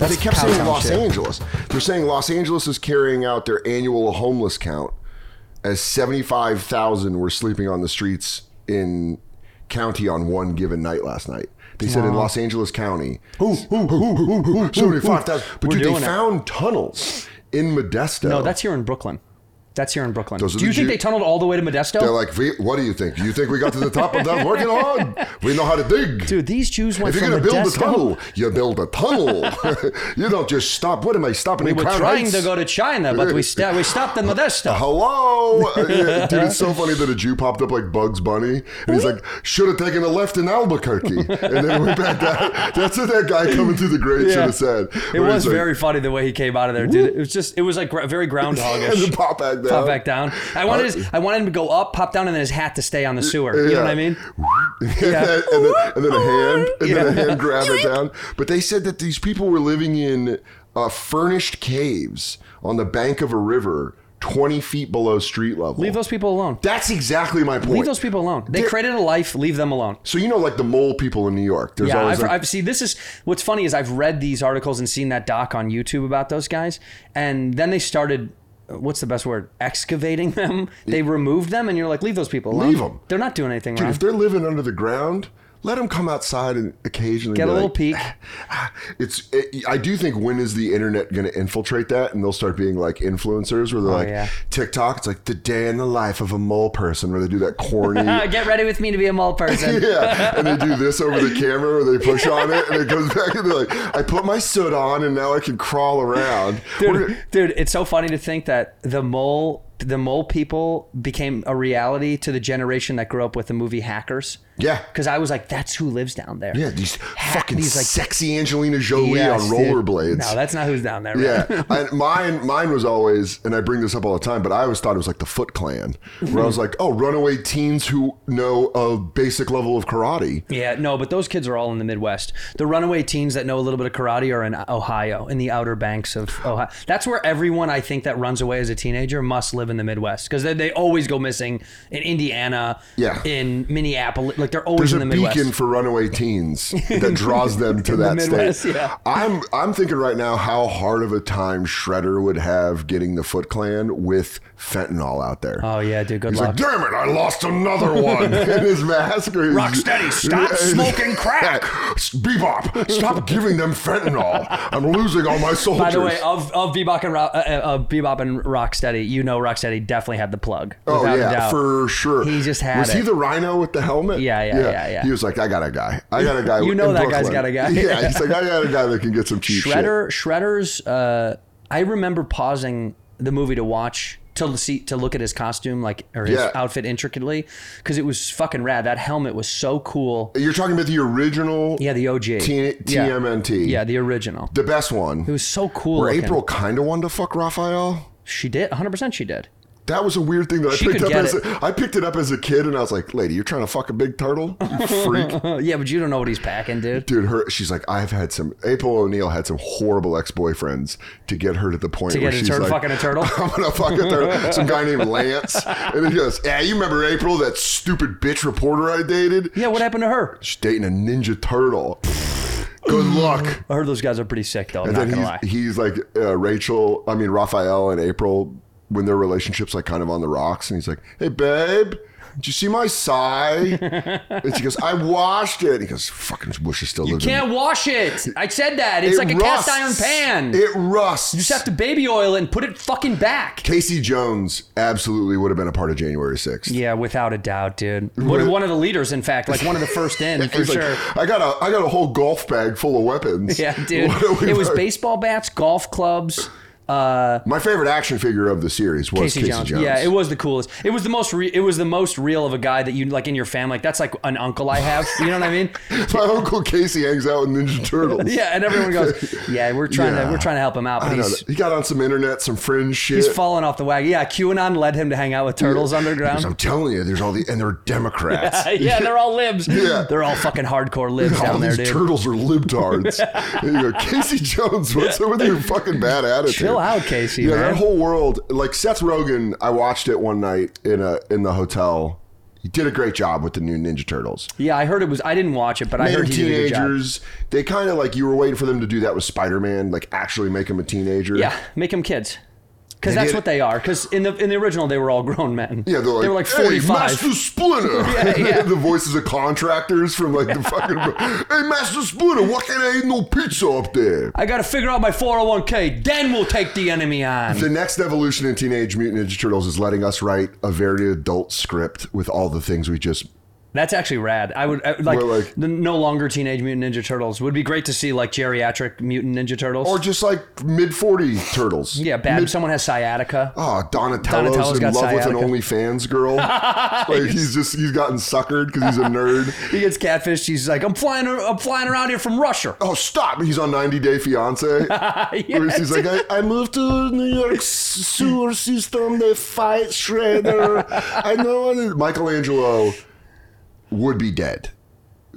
And they That's kept cow saying town Los shit. Angeles. They're saying Los Angeles is carrying out their annual homeless count as 75,000 were sleeping on the streets in county on one given night last night. They said in Los Angeles County, 75,000. But We're dude, they doing it. found tunnels in Modesto. No, that's here in Brooklyn. That's here in Brooklyn. Those are Do you the think Jew- they tunneled all the way to Modesto? They're like, "We- what do you think? You think we got to the top of that working hard? We know how to dig. Dude, these Jews went if you're from going to build a Modesto- tunnel, you build a tunnel. you don't just stop. What am I stopping? We in were Crown trying Heights? to go to China, but we sta- we stopped in Modesto. Hello, Uh, yeah, dude. It's so funny that a Jew popped up like Bugs Bunny, and he's like, "Should have taken a left in Albuquerque," and then went back down. That's what that guy coming through the grave should Yeah. have said. It Where was he's like, very funny the way he came out of there, dude. It was just it was like gra- very and then groundhogish. pop back down. Pop back down. I wanted his, I wanted him to go up, pop down, and then his hat to stay on the sewer. You know what I mean? and, then, and then- and then a hand, and then a Yeah. hand grabbed it down. But they said that these people were living in uh, furnished caves on the bank of a river, twenty feet below street level. Leave those people alone. That's exactly my point. Leave those people alone. They They're- created a life. Leave them alone. So you know, like the mole people in New York. There's Yeah, always I've, like, I've see. This is what's funny is I've read these articles and seen that doc on YouTube about those guys, and then they started. What's the best word? Excavating them. They removed them, and you're like, leave those people alone. Leave 'em. They're not doing anything Dude, wrong. if they're living under the ground, let them come outside and occasionally Get be a little like- "Ah, peek. It's. It, I do think when is the internet going to infiltrate that, and they'll start being like influencers, where they're like Oh, yeah. TikTok. It's like the day in the life of a mole person, where they do that corny. Uh, get ready with me to be a mole person. Yeah, and they do this over the camera, where they push on it, and it goes back, and they're like, "I put my soot on, and now I can crawl around." We're dude, gonna- dude, it's so funny to think that the mole the mole people became a reality to the generation that grew up with the movie Hackers. Yeah. Because I was like, that's who lives down there. yeah, these fucking these, like- sexy Angelina Jolie Yes, on dude. rollerblades. No, that's not who's down there. right? Yeah, and mine mine was always, and I bring this up all the time, but I always thought it was like the Foot Clan, where I was like, oh, runaway teens who know a basic level of karate. Yeah, no, but those kids are all in the Midwest. The runaway teens that know a little bit of karate are in Ohio, in the outer banks of Ohio. That's where everyone I think that runs away as a teenager must live in the Midwest because they, they always go missing in Indiana, Yeah. in Minneapolis. Like they're always There's a in the Midwest. beacon for runaway teens that draws them to that Midwest, state. yeah. I'm I'm thinking right now how hard of a time Shredder would have getting the Foot Clan with fentanyl out there. oh yeah, dude, good He's luck. like, damn it, I lost another one in his mask. or his- Rocksteady, stop smoking crack. Bebop, stop giving them fentanyl. I'm losing all my soldiers. By the way, oh, of of Bebop and Ro- uh, uh, of Bebop and Rocksteady, you know Rocksteady definitely had the plug. Oh without a yeah, doubt. for sure. He just had Was he it. the rhino with the helmet? Yeah, yeah, yeah, yeah. He was like, I got a guy. I got a guy. You know in that guy's Brooklyn." got a guy. yeah, he's like, I got a guy that can get some cheap Shredder. Shredder's. Uh, I remember pausing the movie to watch to see to look at his costume like or his Yeah. outfit intricately because it was fucking rad. That helmet was so cool. shit. You're talking about the original. Yeah, the OG. T- Yeah. TMNT. Yeah, the original. the best one. It was so cool. Where looking. April kind of wanted to fuck Raphael. She did. 100. percent She did. That was a weird thing that I She picked could up get as it. a, I picked it up as a kid, and I was like, "Lady, you're trying to fuck a big turtle, You freak." Uh, yeah, but you don't know what he's packing, dude. Dude, her she's like, I've had some April O'Neil had some horrible ex boyfriends to get her to the point To where get a she's turd like, fucking a turtle? I'm gonna fuck a turtle. Some guy named Lance. And he goes, Yeah, you remember April, that stupid bitch reporter I dated? Yeah, what happened to her? She's dating a ninja turtle. Good luck. I heard those guys are pretty sick though. I'm And not then gonna he's, lie. he's like uh, Rachel, I mean Raphael and April when their relationships like kind of on the rocks, and he's like, "Hey, babe, did you see my sigh?" and she goes, "I washed it." And he goes, "Fucking wish I still lived in Can't wash it. I said that. It's It like a cast rusts. iron pan. It rusts. you just have to baby oil it and put it fucking back. Casey Jones absolutely would have been a part of January 6th. Yeah, without a doubt, dude. One, one of the leaders, in fact, like one of the first in for He's like, sure. I got a I got a whole golf bag full of weapons. yeah, dude. What are we It was doing? baseball bats, golf clubs. Uh, My favorite action figure of the series was Casey, Casey, Jones. Jones. Yeah, it was the coolest. It was the most. Re- it was the most real of a guy that you like in your family. Like that's like an uncle I have. You know what I mean? My uncle Casey hangs out with Ninja Turtles. Yeah, and everyone goes, "Yeah, we're trying Yeah. to we're trying to help him out, but I don't know. he's He got on some internet, some fringe shit. he's falling off the wagon." Yeah, QAnon led him to hang out with turtles underground. I'm telling you, there's all the and they're Democrats. yeah, they're all libs. Yeah. They're all fucking hardcore libs All down there, these dude. turtles are libtards. and you go, Casey Jones, what's up with your fucking bad attitude? Chill out, Casey, Yeah, man. that whole world, like Seth Rogen. I watched it one night in a in the hotel. He did a great job with the new Ninja Turtles. Yeah, I heard it was. I didn't watch it, but I Made them heard he did a good job. teenagers. They kind of like you were waiting for them to do that with Spider Man, like actually make him a teenager. Yeah, make them kids. Because They that's did- what they are. Because in the in the original, they were all grown men. Yeah, they're like, they were like hey, forty five. Master Splinter. Yeah, yeah. the voices of contractors from like the fucking. hey, Master Splinter, why can't I eat no pizza up there? I got to figure out my four hundred one k. Then we'll take the enemy on. The next evolution in Teenage Mutant Ninja Turtles is letting us write a very adult script with all the things we just. That's actually rad. I would I, would like, We're like- the no longer teenage mutant ninja turtles would be great to see like geriatric mutant ninja turtles. Or just like mid 40 turtles. yeah, bad. someone has sciatica. Oh, Donatello's, Donatello's in got love with an sciatica. OnlyFans girl. like he's just he's gotten suckered because he's a nerd. He gets catfished. He's like, I'm flying. I'm flying around here from Russia. Oh, stop! He's on 90 Day Fiance. Where Yes. he's like, I, I moved to New York sewer system. They fight Shredder. I know it is- Michelangelo would be dead.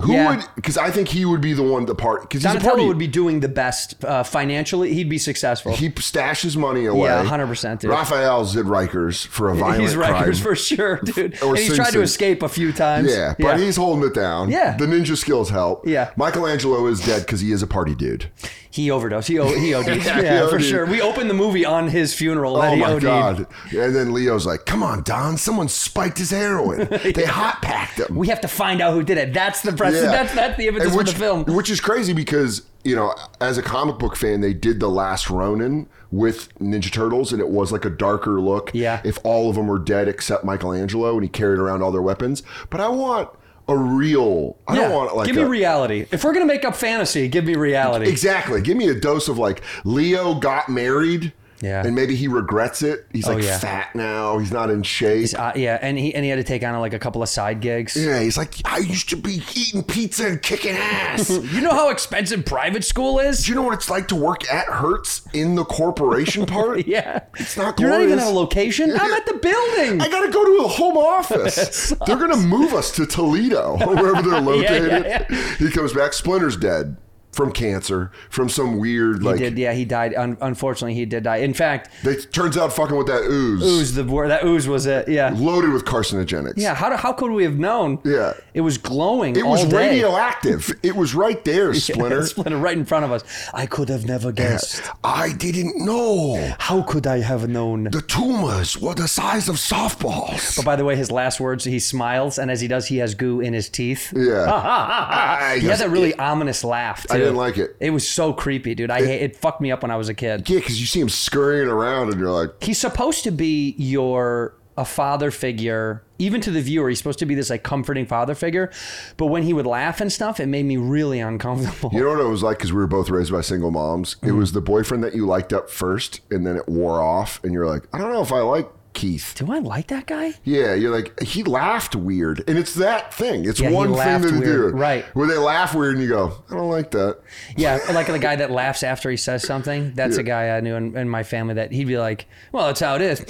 Who Yeah. would? Because I think he would be the one to part. Because he's a Donatello party. would be doing the best uh, financially. He'd be successful. he stashes money away. Yeah, 100%, dude. Raphael did Rikers for a violent he's Rikers crime. for sure, dude. Or and he's tried Simpson. to escape a few times. yeah, but he's holding it down. Yeah. the ninja skills help. Yeah. Michelangelo is dead because he is a party dude. he overdosed. He, o- he OD'd. Yeah, yeah, he for OD'd. sure. We opened the movie on his funeral. that Oh he my OD'd. god! And then Leo's like, "Come on, Don! Someone spiked his heroin. They hot packed him." We have to find out who did it. That's the press. Yeah. That's that's the evidence And for which, the film. Which is crazy because, you know, as a comic book fan, they did The Last Ronin with Ninja Turtles and it was like a darker look. Yeah. If all of them were dead except Michelangelo and he carried around all their weapons. But I want a real, I don't Yeah. want like give me a, reality. If we're gonna make up fantasy, give me reality. Exactly. Give me a dose of like Leo got married. Yeah. Oh, And maybe he regrets it. He's like yeah. fat now. He's not in shape. Uh, yeah, and he and he had to take on like a couple of side gigs. yeah, he's like, I used to be eating pizza and kicking ass. You know how expensive private school is. Do you know what it's like to work at Hertz in the corporation part? Yeah, It's not you're not even glorious. at a location. I'm at the building. I gotta go to a home office. They're gonna move us to Toledo or wherever they're located. He comes back. Splinter's dead from cancer, from some weird like. did yeah he died un- unfortunately he did die in fact They turns out fucking with that ooze, ooze the word that ooze was it yeah loaded with carcinogenics. yeah how, do, how could we have known Yeah. it was glowing it was all day. radioactive. It was right there, Splinter. splinter right in front of us i could have never guessed I didn't know how could i have known the tumors were the size of softballs. but by the way his last words he smiles and as he does he has goo in his teeth Yeah, I he had just- that really ominous laugh too. I didn't like it. it was so creepy dude i hate it fucked me up when i was a kid yeah, because you see him scurrying around, and you're like, he's supposed to be your a father figure even to the viewer he's supposed to be this like comforting father figure but when he would laugh and stuff it made me really uncomfortable You know what it was like because we were both raised by single moms. It Mm. was the boyfriend that you liked up first, and then it wore off, and you're like, I don't know if I like Keith. do i like that guy Yeah, you're like he laughed weird, and it's that thing. It's Yeah, he one thing laughed to do, weird. Right. Where they laugh weird, and you go, I don't like that. yeah like the guy that laughs after he says something that's a guy i knew in, in my family that he'd be like well that's how it is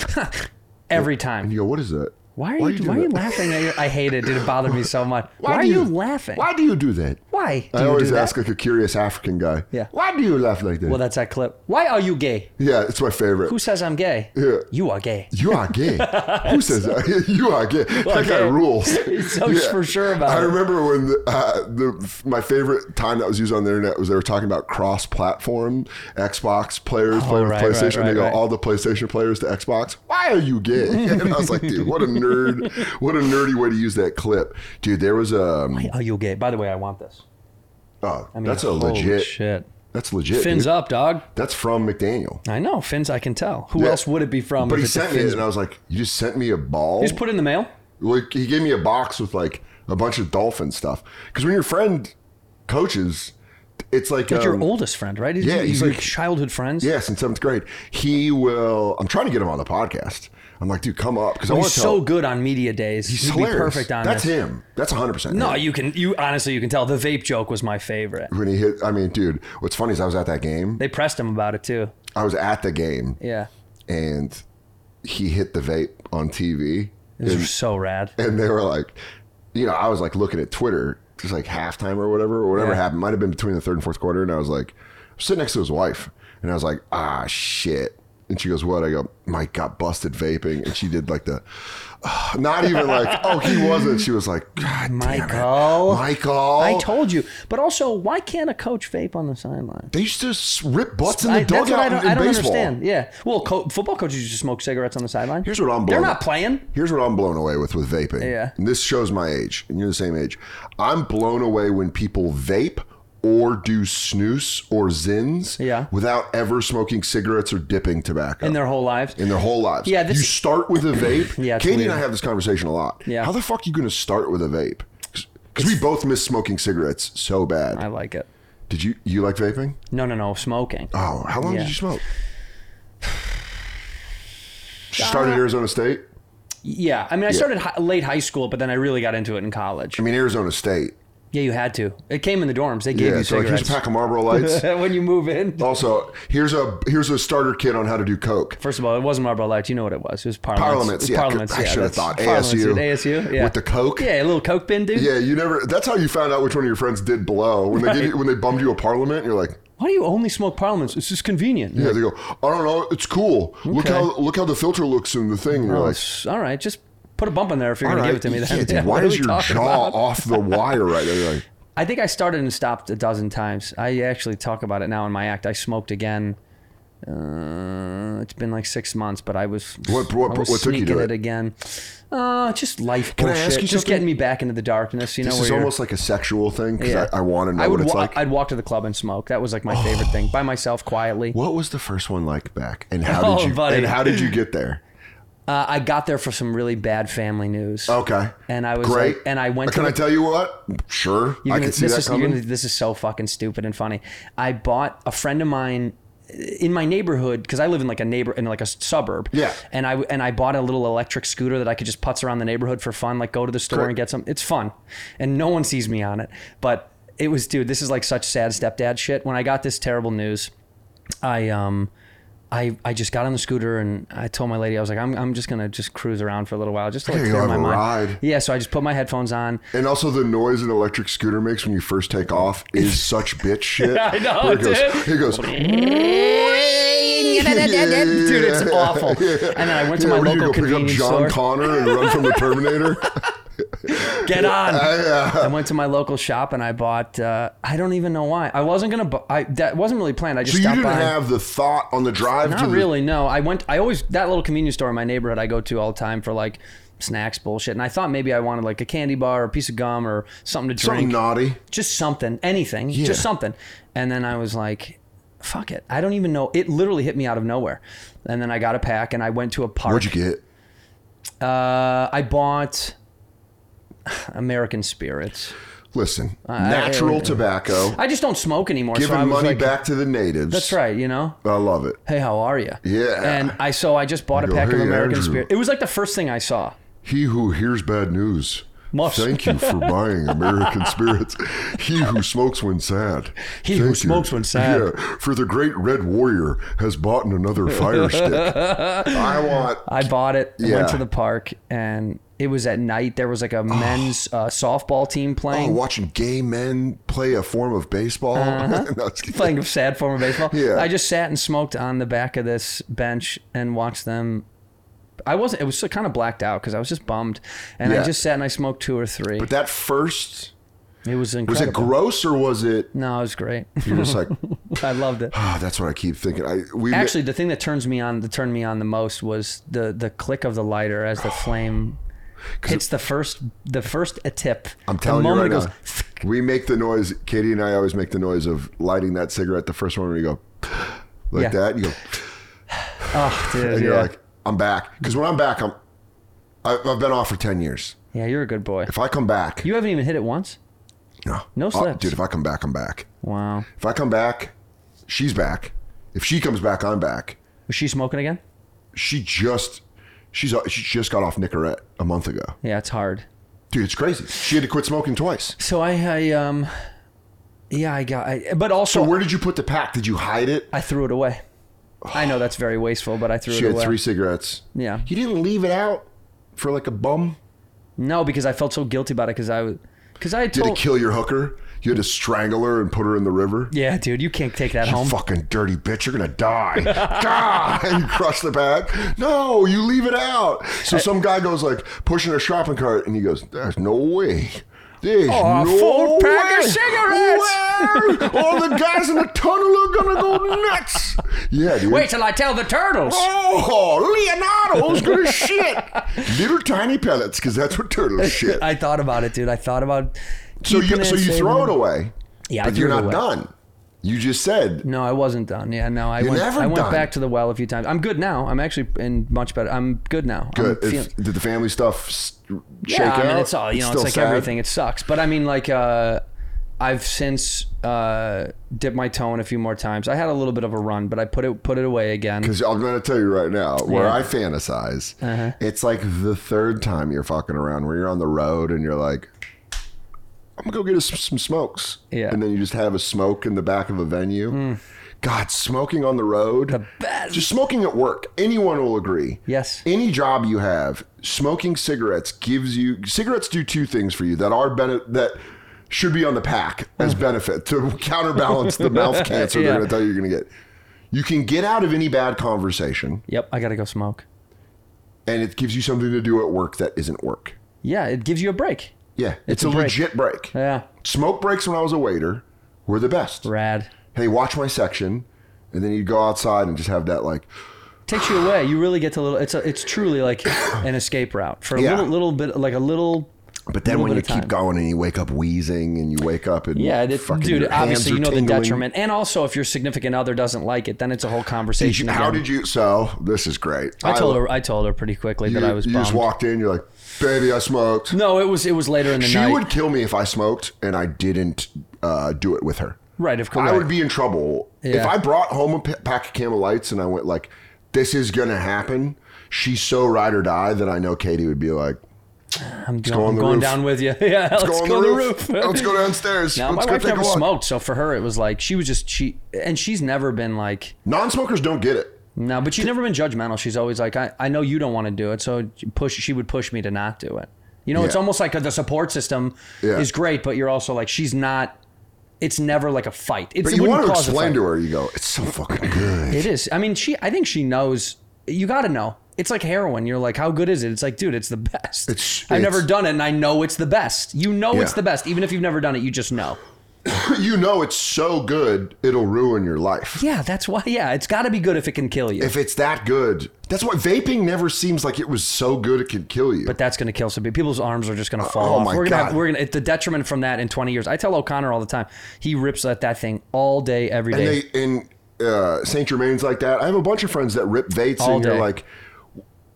every time You go, what is that? why are you, doing why are you that? laughing at your, i hate it dude it bothered me so much why, are do you, laughing Why do you do that? why do I you always do that? ask like a curious African guy. Yeah. Why do you laugh like that? well that's that clip why are you gay yeah, it's my favorite. who says i'm gay Yeah. you are gay You are gay. Who says that? you are gay. that guy gay. rules. He's so for sure about I it. remember when the, uh, the my favorite time that was used on the internet was they were talking about cross-platform Xbox players playing Oh, right, with right, PlayStation. they right, go right. all the PlayStation players to Xbox. Why are you gay? And I was like, dude, what a nerd! What a nerdy way to use that clip, dude. There was a are you gay by the way i want this oh, I mean, that's a holy legit. shit That's legit. Fins dude. up, dog. That's from McDaniel. I know fins. I can tell. Who Yeah. else would it be from? But if he it's a sent me fins- it, and I was like, "You just sent me a ball." Just put it in the mail. Like he gave me a box with like a bunch of dolphin stuff. Because when your friend coaches, it's like That's your um, oldest friend, right? He's, yeah, he's he's your like- childhood friends. yes, in seventh grade, he will. I'm trying to get him on the podcast. I'm like, dude, come up because I he's want to so tell. good on media days. He's He'd be hilarious. perfect on That's this. him. That's 100. percent No, you can. You honestly, you can tell. The vape joke was my favorite. When he hit, I mean, dude, what's funny is I was at that game. They pressed him about it too. I was at the game, Yeah, and he hit the vape on TV. it was so rad. and they were like, you know, I was like looking at Twitter, just like halftime or whatever, or whatever Yeah. happened. Might have been between the third and fourth quarter, and I was like, I'm sitting next to his wife, and I was like, ah, shit. And she goes, "What?" I go, "Mike got busted vaping," and she did like the, not even like, "Oh, he wasn't." She was like, "God, Michael. Michael, Michael." I told you. But also, why can't a coach vape on the sideline? they used to s- rip butts in the I, that's what dugout I don't, in I don't baseball. understand. Yeah. Well, co- football coaches used to smoke cigarettes on the sideline. Here's what I'm They're blown not up. playing. Here's what I'm blown away with with vaping. Yeah. And this shows my age, and you're the same age. I'm blown away when people vape or do snus or zins Yeah. without ever smoking cigarettes or dipping tobacco. in their whole lives. in their whole lives. Yeah, this- you start with a vape. Yeah, it's Katie and weird. I have this conversation a lot. Yeah. How the fuck are you going to start with a vape? Because we both miss smoking cigarettes so bad. I like it. Did you you like vaping? No, no, no, smoking. Oh, how long Yeah. did you smoke? Did you start Uh, at Arizona State. Yeah, I mean, I started hi- late high school, but then I really got into it in college. I mean Arizona State. Yeah, you had to. It came in the dorms. They gave Yeah. you So like here's a cigarettes pack of Marlboro Lights. when you move in. also, here's a here's a starter kit on how to do coke. First of all, it wasn't Marlboro Lights. You know what it was? It was Parliaments. It Parliaments, was yeah, Parliaments. I yeah, should have thought Parliaments, ASU. dude, ASU. Yeah. With the Coke? Yeah, a little Coke bin, dude. Yeah, you never. That's how you found out which one of your friends did blow when they gave Right. you, when they bummed you a Parliament. You're like, Why do you only smoke Parliaments? It's just convenient. Yeah, they go. I don't know. It's cool. Look Okay. how look how the filter looks in the thing. You're Oh, like, s- all right, just put a bump in there if you're going "All to give right, it to me. Then. yeah, dude, Yeah, why what are is we your talking jaw about? off the wire right there? You're like, I think I started and stopped a dozen times. I actually talk about it now in my act. I smoked again. Uh, it's been like six months, but I was What- what- I was what took you to sneaking it? it? again. Uh, just life I bullshit. ask you just something? getting me back into the darkness. You know, this where is you're- almost like a sexual thing because Yeah. I, I want to know I would what it's wa- like. I'd walk to the club and smoke. That was like my favorite thing by myself, quietly. what was the first one like back, and how did Oh, you buddy. and how did you get there? Uh, I got there for some really bad family news. Okay, And I was great. like- and I went Can to I the- tell you what? Sure, You're I gonna- can see this that is, you're coming. gonna- this is so fucking stupid and funny. I bought a friend of mine uh, in my neighborhood because I live in like a neighbor in like a suburb. Yeah. And I and I bought a little electric scooter that I could just putz around the neighborhood for fun, like go to the store Correct. and get some. It's fun, and no one sees me on it. But it was, dude. This is like such sad stepdad shit. When I got this terrible news, I um. I, I just got on the scooter and I told my lady I was like I'm, I'm just gonna just cruise around for a little while just to like, gotta go clear my have a mind. ride. Yeah, so I just put my headphones on and also, the noise an electric scooter makes when you first take off is such bitch shit. I know, Where it dude. goes, It goes. Dude, it's awful. And then I went to Yeah, my what are you local gonna go pick up convenience John store. Connor and run from the Terminator. uh, Get on. yeah. I went to my local shop and I bought. Uh, I don't even know why. I wasn't gonna. Bu- I that wasn't really planned. I just So you stopped didn't by. have the thought on the drive to Not the, really. No, I went. I always that little convenience store in my neighborhood I go to all the time for like snacks bullshit. And I thought maybe I wanted like a candy bar or a piece of gum or something to drink. something naughty. just something, anything, Yeah. just something. And then I was like, fuck it. I don't even know. It literally hit me out of nowhere. And then I got a pack and I went to a park. What'd you get? Uh, I bought American Spirits. Listen, natural tobacco, I just don't smoke anymore. so I giving was money like, back to the natives. That's right, you know. I love it. Hey, how are you? Yeah. And I so I just bought a go, pack of "Hey, American Andrew." Spirits. It was like the first thing I saw. He who hears bad news. Must. Thank you for buying American spirits. He who smokes when sad. He Thank who you. smokes when sad. Yeah, for the great red warrior has bought another fire stick. I want. I bought it. I Yeah. Went to the park, and it was at night. There was like a men's uh, softball team Oh, playing. watching gay men play a form of baseball. Uh-huh. No, I was kidding. playing a sad form of baseball. Yeah. I just sat and smoked on the back of this bench and watched them. I wasn't. It was kind of blacked out because I was just bummed, and Yeah. I just sat and I smoked two or three. but that first it was was incredible. it gross or was it? no, it was great. You're just like, I loved it. ah, that's what I keep thinking. I we Actually, the thing that turns me on, that turned me on the most, was the the click of the lighter as the flame hits the first the first a tip. I'm telling the you right moment now, it goes. we make the noise. Katie and I always make the noise of lighting that cigarette. The first one, we go like Yeah. that. You go, Oh, dude, and yeah. you're like, I'm back. Because when I'm back, I'm I, I've been off for ten years. yeah, you're a good boy. If I come back, You haven't even hit it once. no, No Uh, slips. dude. If I come back, I'm back. Wow. If I come back, she's back. If she comes back, I'm back. Was she smoking again? She just she's uh, she just got off Nicorette a month ago. Yeah, it's hard. Dude, it's crazy. She had to quit smoking twice. So I, I um, yeah, I got. I, but also, So where did you put the pack? Did you hide it? I threw it away. I know that's very wasteful, but I threw She it had away. three cigarettes. Yeah. You didn't leave it out for like a bum? No, because I felt so guilty about it because I was because I had Did told. it kill your hooker? You had to strangle her and put her in the river. Yeah, dude, you can't take that You home. fucking dirty bitch, you're gonna die. God! And you crush the bag. No, you leave it out. So some guy goes like pushing a shopping cart and he goes, There's no way. There's Oh, a no full way. pack of cigarettes." Where? All the guys in the tunnel are gonna go nuts. Yeah, dude. Wait till I tell the turtles. Oh, Leonardo's gonna shit. Little tiny pellets, because that's what turtles shit. I thought about it, dude. I thought about. So keeping you so it, you saving throw it away. Yeah, I but threw you're it not away. done. You just said No, I wasn't done. Yeah, no, I You're went. never I went done. back to the well a few times. I'm good now. I'm actually in much better. I'm good now. I'm good. feeling- uh, If, did the family stuff s- shake yeah, out? I mean, it's all you know. It's, still like sad? everything. It sucks, but I mean, like, uh, I've since uh, dipped my toe in a few more times. I had a little bit of a run, but I put it put it away again. Because I'm going to tell you right now, where Yeah. Uh-huh. I fantasize, it's like the third time you're fucking around, where you're on the road and you're like, I'm going to go get us some, some smokes. Yeah. Mm. And then you just have a smoke in the back of a venue. God, smoking on the road. The best. Just smoking at work. Anyone will agree. Yes. Any job you have, smoking cigarettes gives you cigarettes do two things for you that are bene- that should be on the pack as benefit to counterbalance the mouth cancer Mm. Yeah. they're going to tell you you're going to get. You can get out of any bad conversation, Yep, I gotta go smoke. and it gives you something to do at work that isn't work. Yeah, it gives you a break. Yeah, It's it's, a a, break. legit break. Yeah, Smoke breaks when I was a waiter were the best. rad. Hey, watch my section, and then you'd go outside and just have that like Takes you away. You really get to little. It's a, it's truly like an escape route for a Yeah. little little bit, like a little. But then Little when bit you of keep time. going and you wake up wheezing and you wake up and Yeah, it, fucking dude. your hands Obviously, are you know the tingling. detriment, and also if your significant other doesn't like it, then it's a whole Did conversation. you- how again. did you? So this is great. I told her. I told her pretty quickly you, that I was. You bummed. just walked in. You're like, baby, I smoked. No, it was it was later in the she night. would kill me if I smoked and I didn't uh, do it with her. right, of course. I would be in trouble if Yeah. I brought home a p- pack of Camel Lights and I went like, "This is gonna happen." She's so ride or die that I know Katie would be like, I'm go going, on I'm the going roof. down with you. Yeah, let's, "Go on go the to roof. Let's go downstairs. Now, my let's go wife take never a walk." smoked, so for her it was like she was just she, and she's never been like Non-smokers don't get it. no, but she's never been judgmental. She's always like, I, I know you don't want to do it, so push. She would push me to not do it. You know, it's Yeah. almost like the support system Yeah. is great, but you're also like she's not. It's never like a fight. It's, But you wouldn't want to cause a explain fight. to her, you go, it's so fucking good. It is. I mean, she. I think she knows. You got to know. It's like heroin. You're like, how good is it? It's like, dude, it's the best. It's- I've never it's- done it, and I know it's the best. You know it's Yeah. the best, even if you've never done it. You just know. you know it's so good, it'll ruin your life. Yeah, that's why. Yeah, it's got to be good if it can kill you. If it's that good, that's why vaping never seems like it was so good it could kill you. but that's going to kill some people. People's arms are just going to Oh, fall off. my we're gonna God. Have, we're gonna. It's the detriment from that in 20 years. I tell O'Connor all the time. He rips at that thing all day, every day. and they in uh, Saint Germain's like that. I have a bunch of friends that rip vapes, All and you're day. like,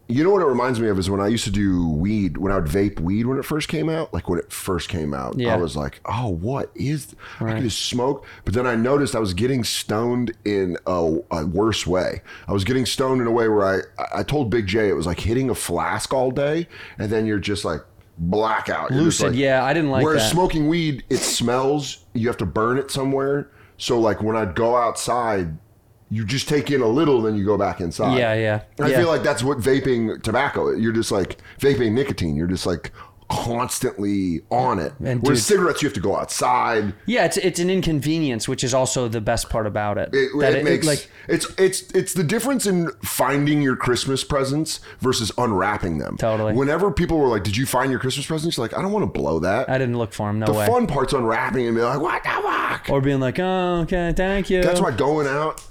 you know what it reminds me of is when I used to do weed. When I would vape weed when it first came out, like when it first came out, Yeah. I was like, oh, what is? th- I could just smoke, but then I noticed I was getting stoned in a, a worse way. I was getting stoned in a way where I I- I told Big J it was like hitting a flask all day, and then you're just like blackout, You're just Lucid, like- yeah, I didn't like Whereas that. smoking weed, it smells. You have to burn it somewhere. So like when I'd go outside, you just take in a little, then you go back inside. yeah, yeah. And I yeah. feel like that's what vaping tobacco. You're just like vaping nicotine. You're just like constantly on it. And Whereas dude- cigarettes, you have to go outside. yeah, it's it's an inconvenience, which is also the best part about it. It, That it makes like it's it's it's the difference in finding your Christmas presents versus unwrapping them. Totally. Whenever people were like, "Did you find your Christmas presents?" You're like, "I don't want to blow that." I didn't look for him. No the way. fun part's unwrapping and be like, "What the fuck?" or being like, oh, okay, thank you. That's why going out,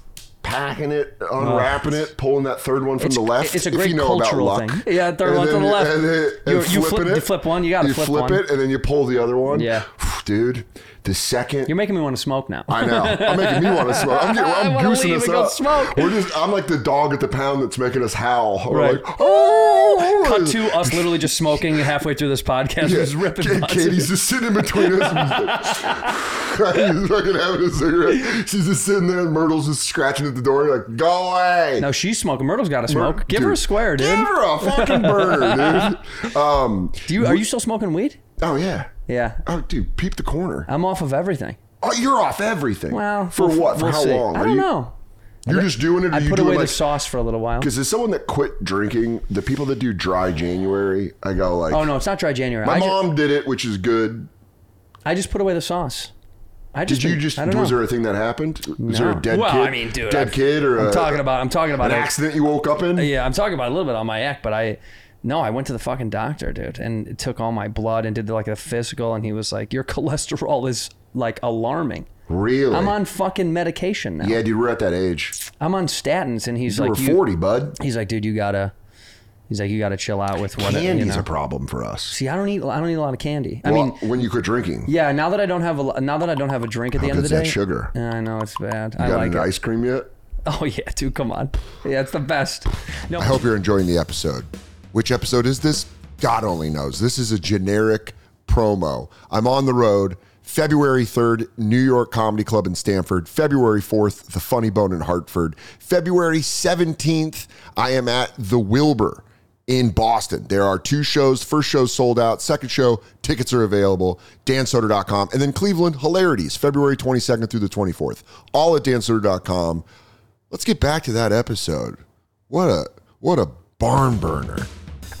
packing it, unwrapping it, pulling that third one from the left. It's a if great you know about cultural luck. thing. Yeah, third And one to then- the left. And, then- and You- you flipping flip- it. you flip one, you gotta flip one. it, and then you pull the other one. Yeah. dude. The 2nd You're making me want to smoke now. I know. I'm making me want to smoke. I'm, getting, I I'm wanna goosing leave us and go up. smoke. We're just. I'm like the dog at the pound that's making us howl. We're Right. like, oh. Cut to us literally just smoking halfway through this podcast, Yeah. just ripping Ka- butts. Katie's just sitting between us. And he's fucking having a cigarette. She's just sitting there, and Myrtle's just scratching at the door, like, "Go away." No, she's smoking. Myrtle's got to smoke. Give her a Dude, square, dude. Give her a fucking burner, dude. Um, Do you are you still smoking weed? oh yeah. Yeah, Oh, dude, peep the corner. I'm off of everything. Oh, you're off everything. Well, for we'll- what? For we'll how see. long? I Are don't you, know. You're just doing it. Or I you put doing away like, the sauce for a little while. Because there's someone that quit drinking. The people that do dry January, I go like, Oh no, it's Oh, not dry January. my I, ju- mom did it, which is good. I just put away the sauce. I Did just you been- just I don't know. was there a thing that happened? Was there No. a dead well, kid? I mean, dude, dead I've- kid or I'm a- talking about. I'm talking about uh, an it. accident you woke up in? Yeah, I'm talking about a little bit on my act, but I no, I went to the fucking doctor, dude, and it took all my blood and did like a physical, and he was like, "Your cholesterol is like alarming." Really? I'm on fucking medication now. yeah, dude, we're at that age. I'm on statins, and he's You like, were you, 40, bud. he's like, dude, you gotta, he's like, you gotta chill out with what you Candy's know. a problem for us. See, I don't eat, I don't eat a lot of candy. I well, mean, when you quit drinking, you yeah, now that I don't have a, lo- now that I don't have a drink at the end of good's the day, that sugar? Yeah, I know it's bad. I got like an it. ice cream yet? Oh yeah, dude, come on, yeah, it's the best. No, I hope you're enjoying the episode. Which episode is this? God only knows. This is a generic promo. I'm on the road February 3rd, New York Comedy Club in Stamford. February 4th, The Funny Bone in Hartford. February 17th, I am at The Wilbur in Boston. There are two shows. First show sold out. Second show, tickets are available. DanSoder.com. And then Cleveland Hilarities, February 22nd through the 24th. All at DanSoder.com. Let's get back to that episode. What a what a barn burner.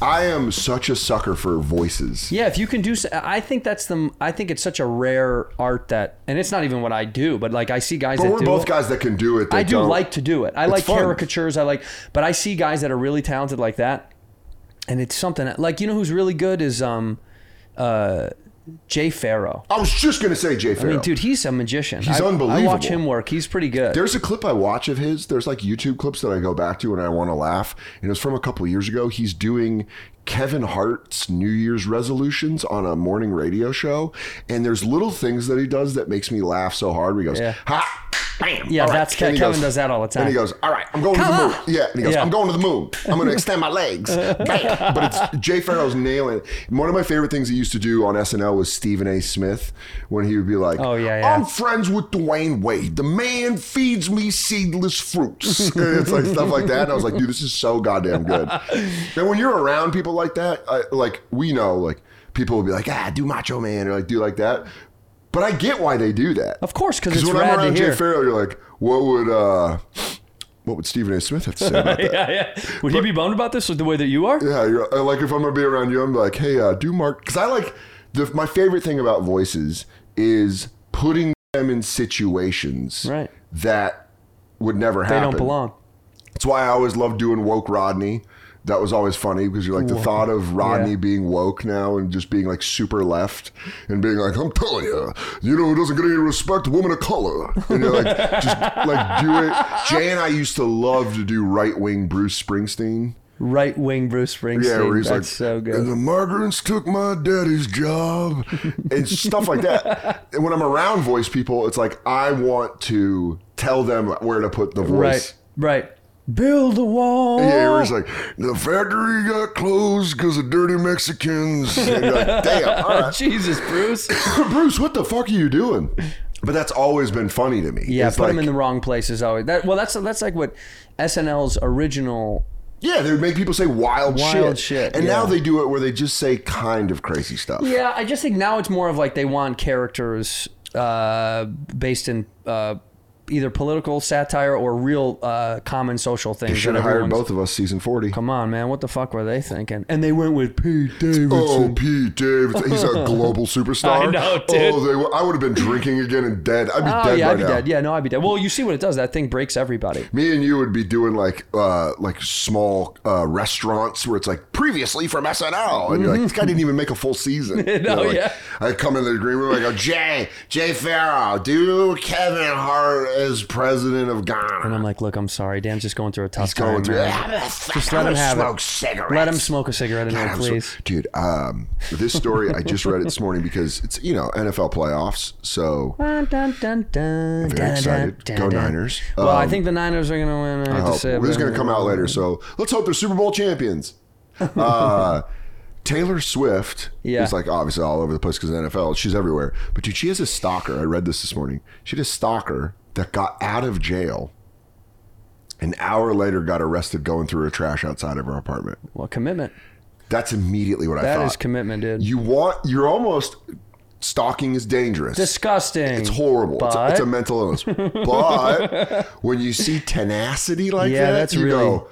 I am such a sucker for voices. Yeah, if you can do, s- I think that's the. I think it's such a rare art that, and it's not even what I do, but like I see guys But that we're do. both it. guys that can do it. that I do don't. like to do it. I like fun. caricatures. I like, but I see guys that are really talented like that, and it's something like you know who's really good is um, uh, Jay Farrow. I was just gonna say Jay I Farrow. mean, dude, he's a magician. Oh, He's I, I unbelievable. watch him work. He's pretty good. There's a clip I watch of his. There's like YouTube clips that I go back to when I want to laugh, and it was from a couple years ago. He's doing Kevin Hart's New Year's resolutions on a morning radio show, and there's little things that he does that makes me laugh so hard. Where he goes, Yeah. "Ha, bam!" Yeah, all that's Ke- And he Kevin does that all the time. And he goes, "All right, I'm going to Come the on. moon." Yeah, and he goes, Yeah. "I'm going to the moon. I'm going to extend my legs." Bam. But it's Jay Farrow's nailing. it. And One of my favorite things he used to do on SNL was Stephen A. Smith when he would be like, Oh, yeah, yeah. "I'm friends with Dwayne Wade. The man feeds me seedless fruits. And it's like stuff like that. And I was like, dude, this is so goddamn good. and when you're around people like that, I, like we know, like people will be like, ah, do Macho Man or like do like that. But I get why they do that. of course, because Because it's when rad I'm around to hear. Jay Farrell, you're like, what would uh, what would Stephen A. Smith have to say about that? yeah, yeah. Would he be bummed about this with the way that you are? Yeah, you're, uh, like if I'm gonna be around you, I'm like, hey, uh, do Mark, because I like the my favorite thing about voices is putting them in situations Right. that would never They happen. don't belong. That's why I always loved doing woke Rodney. That was always funny because you're like the thought of Rodney Yeah. being woke now and just being like super left and being like, I'm telling you, you know, who doesn't get any respect, women of color. And you're like, just like do it. Jay and I used to love to do right wing Bruce Springsteen. Right wing Bruce Springsteen. Yeah, where he's That's like, so good. And the migrants took my daddy's job, and stuff like that. And when I'm around voice people, it's like I want to tell them where to put the voice. Right, right. Build a wall. Yeah, where he's like, the factory got closed because of dirty Mexicans. And you're like, damn, all right. Jesus, Bruce. Bruce, what the fuck are you doing? But that's always been funny to me. Yeah, It's put like, him in the wrong places always. That well, that's that's like what SNL's original. yeah, they would make people say wild, Wild shit. shit, And now yeah. they do it where they just say kind of crazy stuff. Yeah, I just think now it's more of like they want characters uh, based in uh, either political satire or real uh, common social things. They should that have hired everyone's- both of us season 40. Come on, man, what the fuck were they thinking? And they went with Pete Davidson. Oh, Pete Davidson. He's a global superstar. I know, dude. Oh, they were, I would have been drinking again and dead. I'd be Oh, dead yeah, by I'd be now. dead. Yeah, no, I'd be dead. Well, you see what it does. That thing breaks everybody. Me and you would be doing like uh, like small uh, restaurants where it's like previously from SNL, and you're like, this guy didn't even make a full season. You know, like, Mm-hmm. yeah. I come in the green room, I go, Jay, Jay Farrow, do Kevin Hart as president of Ghana? And I'm like, look, I'm sorry. Dan's just going through a tough He's going time. through. man. Just Just let him have smoke it. cigarettes. Let him smoke a cigarette in there, God, I'm so- please. dude, um, this story I just read it this morning because it's you know NFL playoffs, so Dun, dun, dun, dun, Very dun, excited. dun, Go dun. Niners. Well, I Um, think uh, the Niners are going to win. I, I have to hope. say, This is but- going to come out later, so let's hope they're Super Bowl champions. Uh, Taylor Swift Yeah. is like obviously all over the place because of the NFL. She's everywhere. But dude, she has a stalker. I read this this morning. She had a stalker that got out of jail. An hour later, got arrested going through her trash outside of her apartment. Well, commitment. That's immediately what I That thought. is commitment, dude. you want. You're almost stalking is dangerous. Disgusting. It's horrible. It's, But it's a mental illness. But when you see tenacity like Yeah, that, that's you really- go,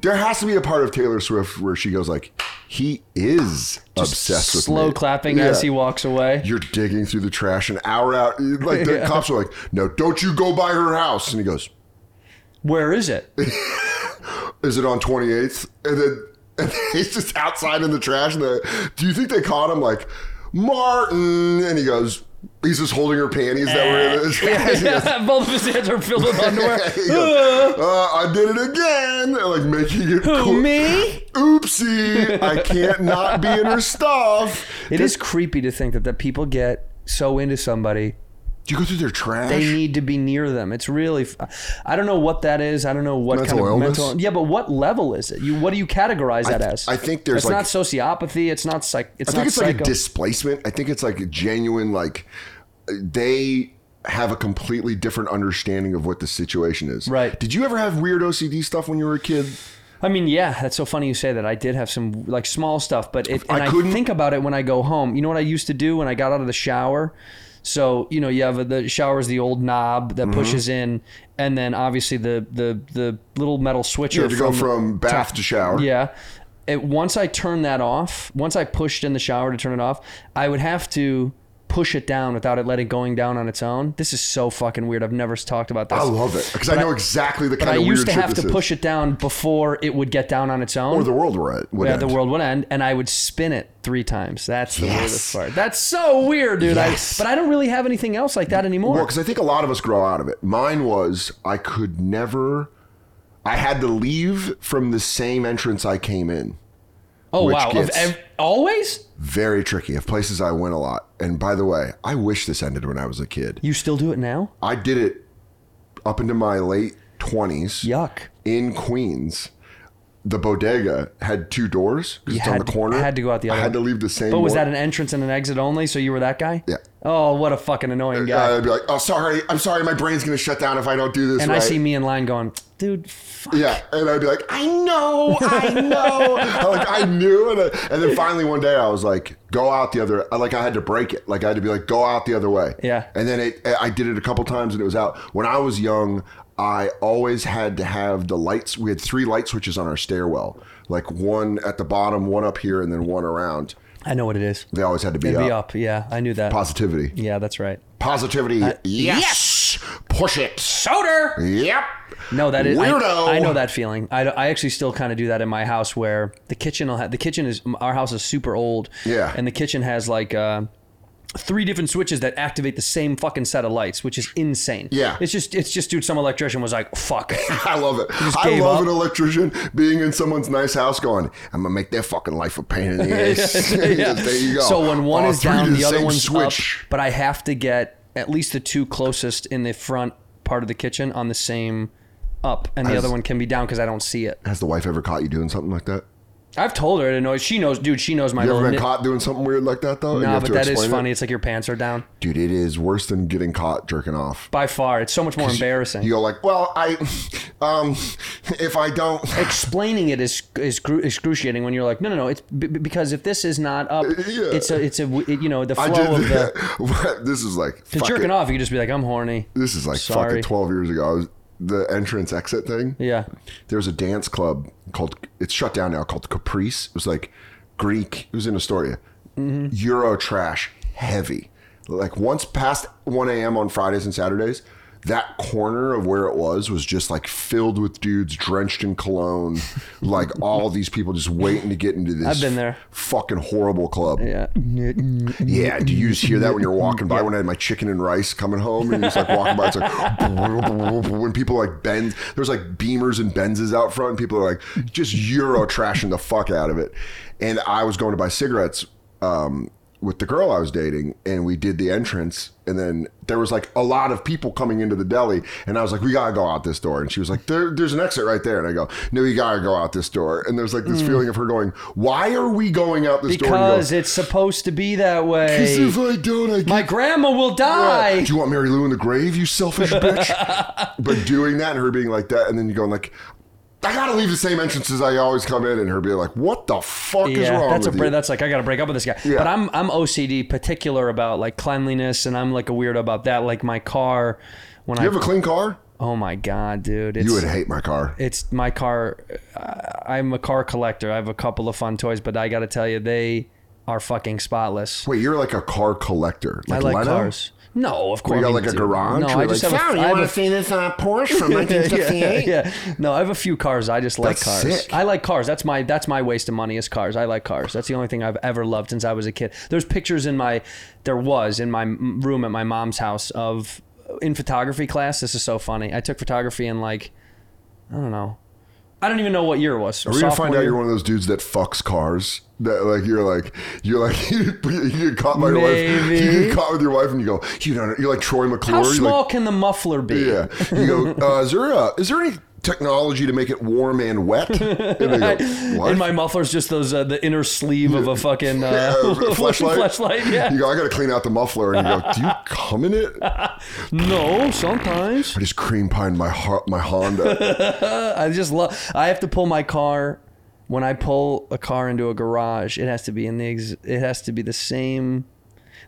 There has to be a part of Taylor Swift where she goes like, "He is obsessed with Slow me." clapping Yeah. as he walks away. You're digging through the trash an hour out. Like the cops are like, "No, don't you go by her house." And he goes, Where is it? "Is it on 28th?" And then and he's just outside in the trash. And the, do you think they caught him like Martin? And he goes, "He's just holding her panties that were Eh. in the trash." He goes, Both of his hands are filled with underwear. He goes, uh, I did it again. And, like making it Who, cool. me? Oopsie. I can't not be in her stuff. It is creepy to think that, that people get so into somebody Do you go through their trash? they need to be near them. It's really, f- I don't know what that is. I don't know what Mental kind of illness? mental. Yeah, but what level is it? You, what do you categorize that as? I think there's It's like- not sociopathy. It's not psych. It's I think not it's like psycho. a displacement. I think it's like a genuine, like, they have a completely different understanding of what the situation is. Right. Did you ever have weird OCD stuff when you were a kid? I mean, yeah, that's so funny you say that. I did have some like small stuff, but it, I and I, couldn't- think about it when I go home. You know what I used to do when I got out of the shower? So you know, you have the shower's the old knob Mm-hmm. that pushes in, and then obviously the the the little metal switcher You had to go from- from bath to shower. Yeah. It, once I turned that off, once I pushed in the shower to turn it off, I would have to push it down without it letting going down on its own. This is so fucking weird. I've never talked about this. I love it because I know exactly the but kind I of weird used to shit have this to is. push it down before it would get down on its own. or the world we're at. would yeah, end. the world would end, and I would spin it three times. That's the Yes. weirdest part. That's so weird, dude. Yes. I, but I don't really have anything else like that anymore. Well, because I think a lot of us grow out of it. Mine was I could never. I had to leave from the same entrance I came in. oh which wow, Of gets- ev- always Very tricky. Of places I went a lot. And by the way, I wish this ended when I was a kid. you still do it now? I did it up into my late twenties Yuck. in Queens. The bodega had two doors because You it's on had the to- corner. had to go out the I other had to one. leave the same. But was one. that an entrance and an exit only? So you were that guy? Yeah. Oh, what a fucking annoying guy. I'd be like, oh, sorry, I'm sorry, my brain's gonna shut down if I don't do this. and right. I see me in line going, dude, fuck. Yeah, and I'd be like, I know, I know, I, like I knew, and, I, and then finally one day I was like, go out the other, I- like I had to break it, like I had to be like, go out the other way. Yeah. and then it, I did it a couple times and it was out. When I was young, I always had to have the lights. We had three light switches on our stairwell, like one at the bottom, one up here, and then one around. I know what it is. They always had to be, Be up. up. Yeah, I knew that. Positivity, yeah, that's right. positivity, yes. push it. Soder! Yep. No, that is. I- Weirdo. I, know that feeling. I, I actually still kind of do that in my house where the kitchen will have, the kitchen is, our house is super old. Yeah. And the kitchen has like, uh, Three different switches that activate the same fucking set of lights, which is insane. Yeah. it's just it's just dude. Some electrician was like, "Fuck, I love it. I gave love up. an electrician being in someone's nice house going, I'm going to make their fucking life a pain in the ass. Yeah. there you go. So when one All is three down, to the other same one's switch. up. But I have to get at least the two closest in the front part of the kitchen on the same up, and the other one can be down because I don't see it. Has the wife ever caught you doing something like that? I've told her it annoys. She knows, dude. She knows my. You ever little been nit- caught doing something weird like that, though? and you Nah, have but to that is explain it? funny. It's like your pants are down Dude, it is worse than getting caught jerking off. by far. It's so much more embarrassing. You go like, well, I, um, if I don't, Explaining it is is cru- excruciating when you're like, no, no, no. It's b- b- because if this is not up, Yeah. it's a it's a w- it- you know the I flow of did the. that. This is like, Cause fuck jerking it. off, you could just be like, I'm horny. this is like fucking Sorry. 12 years ago. I was, the entrance exit thing. Yeah. there was a dance club called it's shut down now called Caprice. It was like Greek. It was in Astoria. Mm-hmm. Euro trash heavy. Like once past 1 a.m. on Fridays and Saturdays, that corner of where it was was just like filled with dudes drenched in cologne, like all these people just waiting to get into this. I've been there. Fucking horrible club. Yeah. Yeah, do you just hear that when you're walking by? When I had my chicken and rice coming home, and you're just like walking by, it's like when people like bend. There's like Beamers and Benzes out front, and people are like just Euro trashing the fuck out of it. And I was going to buy cigarettes um, with the girl I was dating, and we did the entrance, and then there was like a lot of people coming into the deli, and I was like, we gotta go out this door, and she was like, there, there's an exit right there, and I go, no, you gotta go out this door, and there's like this feeling of her going, why are we going out this door? And you go, Because it's supposed to be that because way. if I don't, I My get grandma will that. die. Do you want Mary Lou in the grave, you selfish bitch? but doing that and her being like that, and then you going like, I gotta leave the same entrance as I always come in, and her being like, what the fuck is yeah, wrong that's a with br- you? that's like I gotta break up with this guy. But I'm I'm OCD particular about like cleanliness, and I'm like a weirdo about that. Like my car, when you I have a clean car? Oh my god, dude! It's, You would hate my car. it's my car. I- I'm a car collector. I have a couple of fun toys, but I got to tell you, they are fucking spotless. Wait, you're like a car collector. I Like like Leno? cars. No, of course. You got I like mean, a dude, garage? No, You're I just like, have. "So, A, I have a- see this uh, Porsche from yeah, yeah. No, I have a few cars. I just like That's cars. sick. I like cars. That's my that's my waste of money is cars. I like cars. That's the only thing I've ever loved since I was a kid. There's pictures in my there was in my m- room at my mom's house of uh, in photography class. This is so funny. I took photography in like I don't know. I don't even know what year it was. Are we gonna Sophomore find out year? you're one of those dudes that fucks cars? That like you're like you're like you get caught by your wife. You Maybe. get caught with your wife and you go, you don't know you're like Troy McClure. How you're small like, can the muffler be? yeah. You go, uh, is there a, is there any technology to make it warm and wet? And they go, what? And my muffler's just those uh, the inner sleeve of a fucking uh, Uh, flashlight. flashlight, Yeah. You go, I gotta clean out the muffler, and you go, do you cum in it? I no, sometimes. just cream pined my ho- my Honda. I just love. I have to pull my car. When I pull a car into a garage, it has to be in the. Ex- it has to be the same.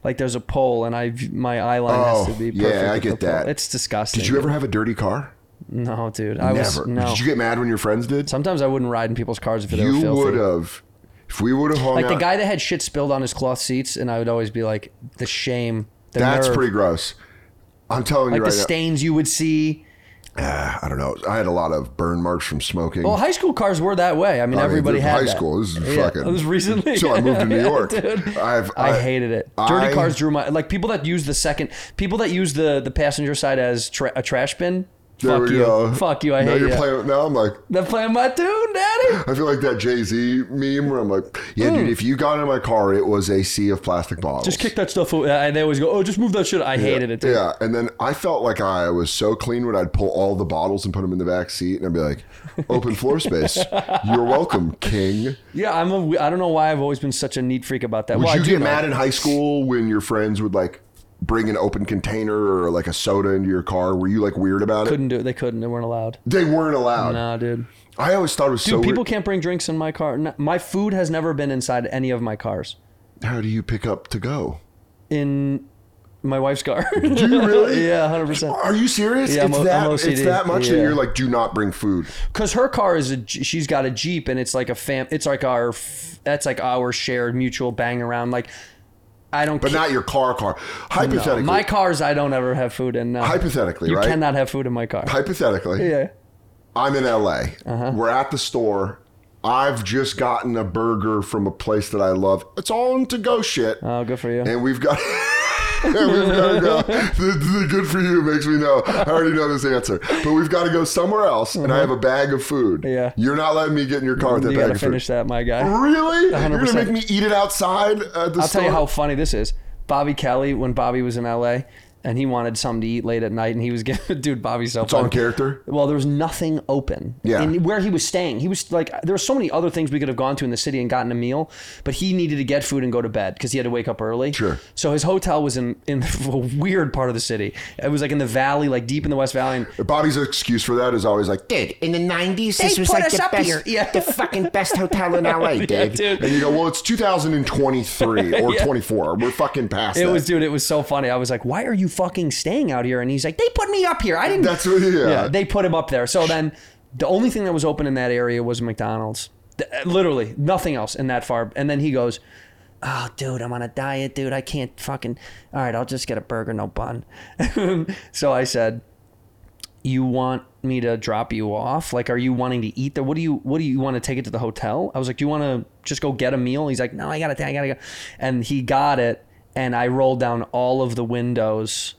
Like there's a pole, and I my eye line Oh, has to be. yeah, Perfect I with get the pole. that. It's disgusting. Did you ever have a dirty car? No, dude. I Never. was no. Did you get mad when your friends did? Sometimes I wouldn't ride in people's cars if they were You filthy. would have. If we would have hung Like the out- guy that had shit spilled on his cloth seats, and I would always be like, the shame. The That's nerve, pretty gross. I'm telling you Like the right stains you would see. now. ah, I don't know. I had a lot of burn marks from smoking. Well, high school cars were that way. I mean, I mean, everybody Oh, dude, had high that. school. This is Yeah, fucking. it was recently. Until I moved to New Yeah, York. dude. I've, I, hated it. Dirty I- cars drew my like people that use the second people that use the the passenger side as tra- a trash bin. There fuck we you. go. Fuck you. I now hate you're you. Playing, now I'm like, They're playing my tune, daddy. I feel like that Jay Z meme where I'm like, yeah, dude, if you got in my car, it was a sea of plastic bottles. Mm. Just kick that stuff. Away. I, they always go, oh, just move that shit. I hated it. Dude. Yeah, and then I felt like I was so clean when I'd pull all the bottles and put them in the back seat, and I'd be like, "Open floor space, you're welcome, King." Yeah, I'm a. we- I don't know why I've always been such a neat freak about that. Would well, I you do get know. mad in high school when your friends would like bring an open container or like a soda into your car? Were you like weird about it? Couldn't do it. They couldn't. They weren't allowed. They weren't allowed. Nah, dude. I always thought it was Dude, so people weird. can't bring drinks in my car. N- My food has never been inside any of my cars. How do you pick up to go? in my wife's car. Do you really? yeah, hundred percent. Are you serious? Yeah, I'm it's o- that I'm it's OCD. that much that Yeah. you're like, do not bring food. Because her car is a, J- she's got a Jeep, and it's like a fam. It's like our, f- that's like our shared mutual bang around. Like, I don't. But ca- not your car car. Hypothetically. my cars. I don't ever have food in. No. hypothetically, you right? cannot have food in my car. hypothetically. yeah. Uh-huh. I'm in LA. We're at the store. I've just gotten a burger from a place that I love. It's all on to go shit. Oh, good for you. and we've got and we've got to go. The, the good for you makes me know. I already know this answer, but we've got to go somewhere else, and I have a bag of food. Uh-huh. Yeah. you're not letting me get in your car with that you bag gotta of finish food. that, my Uh-huh. guy. Really? You're gonna 100%. make me eat it outside at the I'll store? tell you how funny this is. Bobby Kelly, when Bobby was in LA, and he wanted something to eat late at night, and he was getting dude, Bobby's so it's on funny. character. Well, there was nothing open. Yeah. And where he was staying, he was like, there were so many other things we could have gone to in the city and gotten a meal, but he needed to get food and go to bed because he had to wake up early. Sure. So his hotel was in in a weird part of the city. It was like in the valley, like deep in the West Valley. And Bobby's excuse for that is always like, Dude, in the 90s, this They was put like us the up best, here. Yeah. the fucking best hotel in LA, dude. and you go, well, it's 2023 or 24. We're fucking past It that. was, dude. It was so funny. I was like, "Why are you fucking staying out here?" And he's like, "They put me up here. I didn't." That's what- yeah. They put him up there. So then, the only thing that was open in that area was McDonald's. Th- Literally nothing else in that far. And then he goes, "Oh, dude, I'm on a diet, dude. I can't fucking. All right, I'll just get a burger, no bun." so I said, you want me to drop you off? Like, are you wanting to eat there? What do you What do you want to take it to the hotel? I was like, do you want to just go get a meal? He's like, no, I got it. I gotta go. And he got it, and I rolled down all of the windows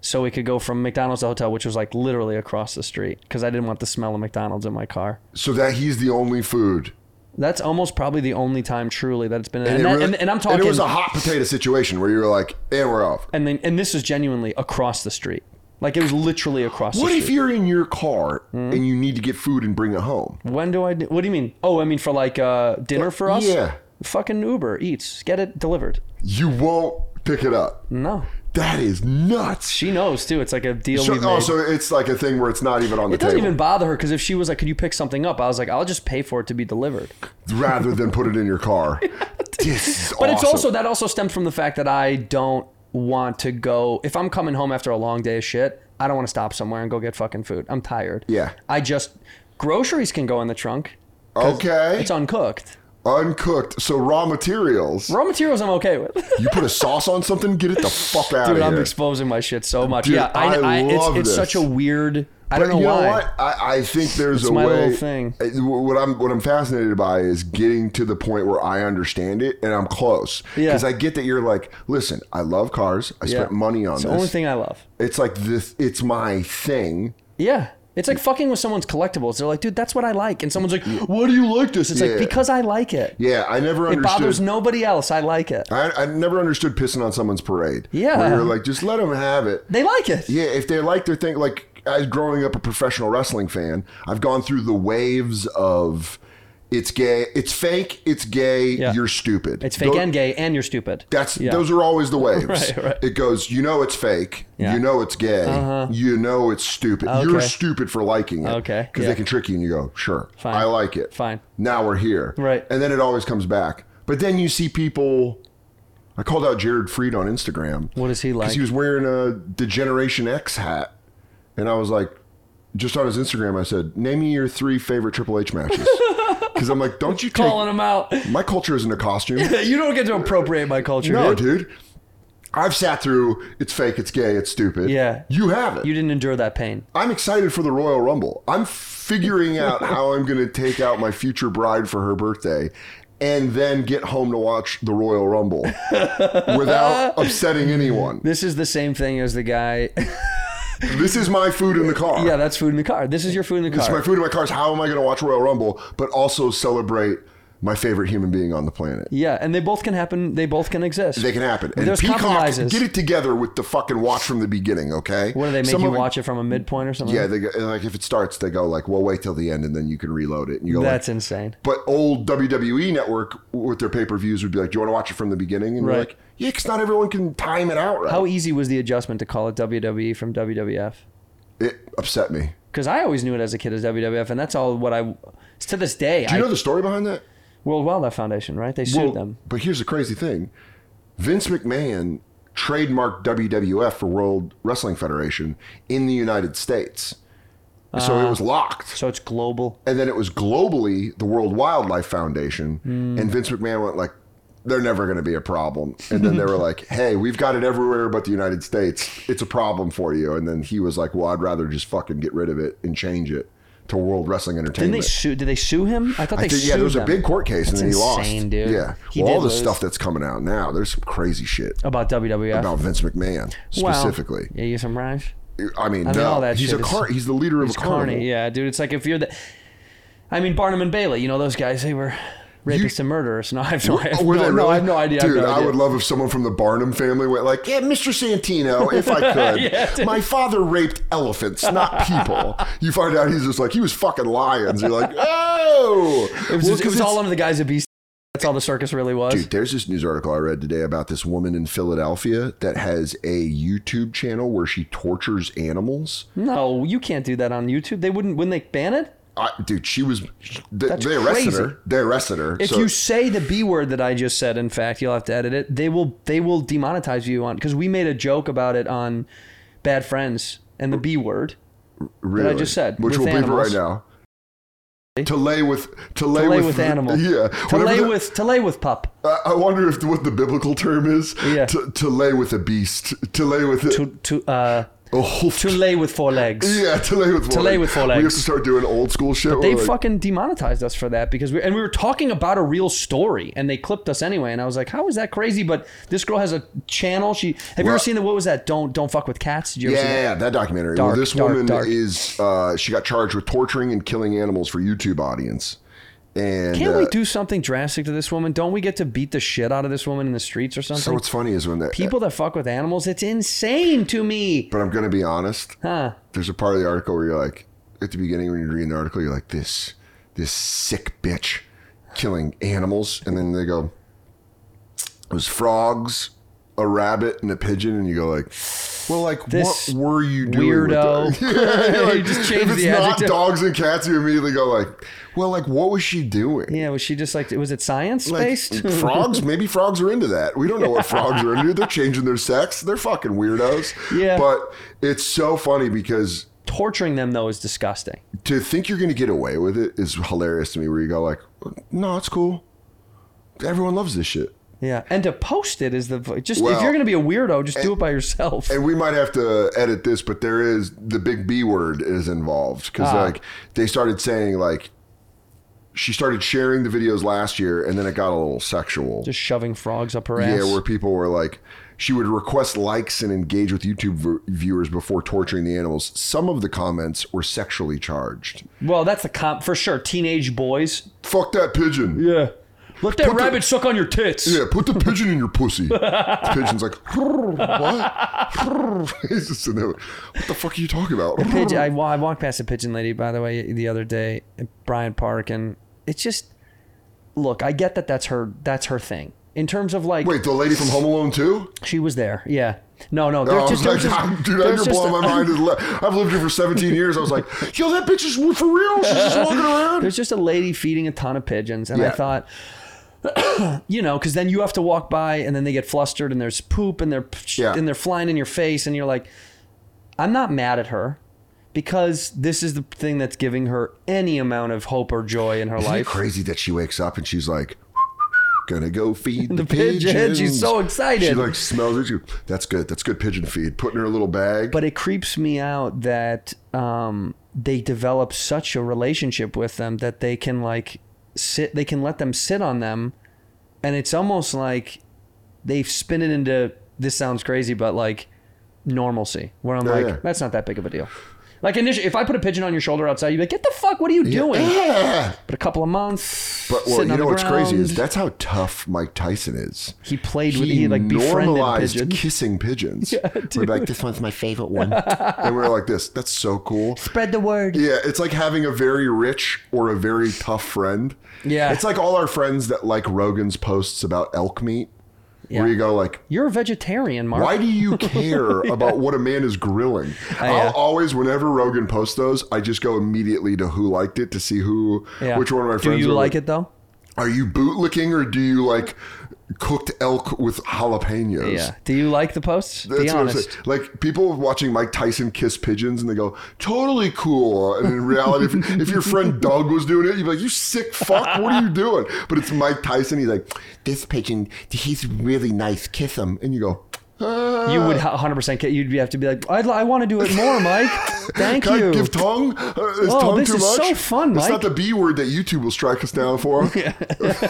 so we could go from McDonald's to hotel, which was like literally across the street, because I didn't want the smell of McDonald's in my car. so that he's the only food. That's almost probably the only time truly that it's been. And, it that- really- and, and I'm talking. And it was a hot potato situation where you were like, and we're off. and then and this is genuinely across the street. Like it was literally across. What the Hmm? if street. you're in your car and you need to get food and bring it home? When do I do? What do you mean? Oh, I mean for like uh, dinner for us. yeah. Fucking Uber Eats, get it delivered. You won't pick it up. No, That is nuts. Hmm. she knows too. It's like a deal we So, made. oh, so it's like a thing where it's not even on the it doesn't table. even bother her because if she was like, "Could you pick something up?" I was like, "I'll just pay for it to be delivered." Rather than put it in your car. this is But awesome. it's also that also stems from the fact that I don't want to go if I'm coming home after a long day of shit. I don't want to stop somewhere and go get fucking food. I'm tired. Yeah. I just groceries can go in the trunk. 'cause Okay. It's uncooked. Uncooked. So raw materials. Raw materials I'm okay with. You put a sauce on something, get it the fuck out Dude, of I'm here. exposing my shit so much. Dude, yeah, I, I I, love it's, this. it's such a weird. I don't But know you why. know what? I, I think there's It's a my way. little thing. I- What I'm what I'm fascinated by is getting to the point where I understand it and I'm close. Yeah. Because I get that you're like, listen, I love cars. I spent money on it's this. the only thing I love. It's like this. It's my thing. Yeah. It's like fucking with someone's collectibles. They're like, dude, that's what I like. And someone's like, why do you like this? It's Yeah. like, because I like it. Yeah, I never It bothers understood. nobody else. I like it. I, I never understood pissing on someone's parade. Yeah. Where you're like, just let them have it. They like it. Yeah, if they like their thing, like as growing up a professional wrestling fan, I've gone through the waves of it's gay, it's fake, it's gay, Yeah. you're stupid. It's fake Tho- and gay, and you're stupid. That's Yeah. those are always the waves. Right, right. It goes, you know, it's fake. Yeah. Uh-huh. You know, it's gay. You know, it's stupid. You're stupid for liking it. Okay, because yeah. they can trick you, and you go, sure, Fine. I like it. Fine. Now we're here. Right. And then it always comes back. But then you see people. I called out Jared Freed on Instagram. What is he like? Because he was wearing a Degeneration X hat. And I was like, just on his Instagram, I said, Name me your three favorite Triple H matches. Because I'm like, Don't you take. calling them out. My culture isn't a costume. you don't get to appropriate my culture. no, dude. dude. I've sat through it's fake, it's gay, it's stupid. Yeah. You have it. You didn't endure that pain. I'm excited for the Royal Rumble. I'm figuring out how I'm going to take out my future bride for her birthday and then get home to watch the Royal Rumble without upsetting anyone. This is the same thing as the guy. This is my food in the car. yeah, that's food in the car. This is your food in the car. It's my food in my cars. How am I going to watch Royal Rumble, but also celebrate my favorite human being on the planet? yeah, and they both can happen. They both can exist. They can happen. And There's Peacock, compromises. get it together with the fucking watch from the beginning, okay? What do they make Some you of it- watch it from a midpoint or something? Yeah, they go, and, like if it starts, they go like, "Well, wait till the end, and then you can reload it." And you go, that's like, insane. But old WWE network with their pay per views would be like, "Do you want to watch it from the beginning?" And you're Right. like, "Yeah, because not everyone can time it out right." How easy was the adjustment to call it WWE from WWF? it upset me. Because I always knew it as a kid as WWF, and that's all what I. It's to this day. Do you I, know the story behind that? World Wildlife Foundation, right? They sued Well, them. But here's the crazy thing: Vince McMahon trademarked WWF for World Wrestling Federation in the United States, so Ah. it was locked. So it's global. And then it was globally the World Wildlife Foundation, Hmm. and Vince McMahon went like, "They're never going to be a problem." And then they were like, "Hey, we've got it everywhere but the United States. It's a problem for you." And then he was like, "Well, I'd rather just fucking get rid of it and change it to World Wrestling Didn't Entertainment." they sue? Did they sue him? I thought they I think, sued yeah, there was a them. big court case, That's and then he insane, lost. dude. Yeah, He well, all did the lose. stuff that's coming out now, there's some crazy shit about WWF. about Vince McMahon Wow. specifically. Yeah, you some rhymes. I mean, I mean, no, all that he's shit a is- car. He's the leader of a It's carny. carnival. Yeah, dude. It's like if you're the. I mean, Barnum and Bailey. You know those guys? They were rapists and murderers. No, I have no, I have Were no, they no, Oh, really? I have no idea. I have Dude, no I idea. would love if someone from the Barnum family went like, "Yeah, Mr. Santino, if I could. Yeah, dude. My father raped elephants, not people." you find out he's just like he was fucking lions. You're like, "Oh." It was, just- Well, 'cause it was it's- all under the guise of beast. That's all the circus really was. Dude, there's this news article I read today about this woman in Philadelphia that has a YouTube channel where she tortures animals. No, you can't do that on YouTube. They wouldn't. Wouldn't they ban it? I, dude, she was. They, they arrested crazy. her. They arrested her. If so- you say the b word that I just said, in fact, you'll have to edit it. They will. They will demonetize you on because we made a joke about it on Bad Friends and the b word. really, just said, which with will beep it right animals. now. To lay with to lay, lay with, with animal. Yeah. To whatever lay the- with to lay with pup. I- I wonder if what the biblical term is. Yeah. To, to lay with a beast. To lay with a, To to uh a wolf. to lay with four legs. yeah. To lay with. To lay with four We have legs. to start doing old school shit. They where like, fucking demonetized us for that because we and we were talking about a real story and they clipped us anyway and I was like how is that crazy but this girl has a channel she have you Well- ever seen the what was that don't don't fuck with cats did you ever see that? Yeah, that documentary. well, Dark, this dark, woman dark. is uh, she got charged with torturing and killing animals for YouTube audience. And Can't we uh, do something drastic to this woman? Don't we get to beat the shit out of this woman in the streets or something? so what's funny is when that People that fuck with animals, it's insane to me. But I'm gonna be honest. Huh. There's a part of the article where you're like, at the beginning when you're reading the article, you're like, this, this sick bitch, killing animals, and then they go, it was frogs, a rabbit and a pigeon, and you go like, "Well, like, This what were you doing?" with Weirdo. that? you just if changed it's the not adjective. dogs and cats, you immediately go like, "Well, like, what was she doing?" yeah, was she just like was it science Like, based? frogs, maybe frogs are into that. We don't know what frogs are into. They're changing their sex. They're fucking weirdos. Yeah. But it's so funny because Torturing them though is disgusting. to think you're going to get away with it is hilarious to me. Where you go like, "No, it's cool. Everyone loves this shit." Yeah, and to post it is the just if Well, you're gonna be a weirdo, just do it by yourself. And we might have to edit this, but there is the big B word is involved because Ah. like they started saying like she started sharing the videos last year, and then it got a little sexual. just shoving frogs up her ass. yeah, where people were like, she would request likes and engage with YouTube v- viewers before torturing the animals. Some of the comments were sexually charged. well, that's the comp for sure. Teenage boys. Fuck that pigeon. Yeah, Let that the- rabbit suck on your tits. put the pigeon in your pussy. The pigeon's like, what? He's just in there. like, What the fuck are you talking about? Pigeon, I, wa- I walked past a pigeon lady, by the way, the other day at Bryant Park, and it's just look. I get that that's her that's her thing in terms of like Wait, the lady from Home Alone too? she was there. Yeah, no, no, No, there's I just, was there like, was just- Oh, dude, there I was you're just blowing a- my mind. to the left. I've lived here for 17 years. I was like, yo, that bitch is for real. She's just walking around. There's just a lady feeding a ton of pigeons, and I Yeah. thought, you know, because then you have to walk by, and then they get flustered, and there's poop, and they're Yeah. and they're flying in your face, and you're like, I'm not mad at her. Because this is the thing that's giving her any amount of hope or joy in her Isn't it life. crazy that she wakes up and she's like, gonna go feed the, The pigeon. pigeons. She's so excited. She like smells it. She, that's good. That's good pigeon feed. Put in her little bag. but it creeps me out that um, they develop such a relationship with them that they can like sit they can let them sit on them and it's almost like they've spin it into this sounds crazy but like normalcy where i'm Yeah, like yeah. that's not that big of a deal like initially if i put a pigeon on your shoulder outside you'd be like get the fuck what are you doing Yeah. but a couple of months But well, sitting you on know the what's crazy is ground. that's how tough Mike Tyson is. he played with he like befriended normalized pigeon kissing pigeons. We're like, this one's my favorite one. And we're like this. That's so cool. spread the word Yeah, it's like having a very rich or a very tough friend. Yeah. It's like all our friends that like Rogan's posts about elk meat. Where Yeah. you go like, you're a vegetarian mark why do you care about what a man is grilling? Oh, I'll always, whenever Rogan posts those, I just go immediately to who liked it to see who, Yeah. which one of my do friends. you were like it though Are you bootlicking or do you like cooked elk with jalapenos? Yeah. Do you like the posts? Be That's what I'm saying. honest. Like people watching Mike Tyson kiss pigeons, and they go, "Totally cool." And in reality, if, if your friend Doug was doing it, you'd be like, "You sick fuck! What are you doing?" But it's Mike Tyson. He's like, This pigeon, he's really nice. Kiss him. and you go, ah, You would 100% get, you'd have to be like, I'd, I want to do it more, Mike. Thank can you. I give tongue? Uh, is Oh, tongue this too is much?" so fun, That's Mike. not the B word that YouTube will strike us down for.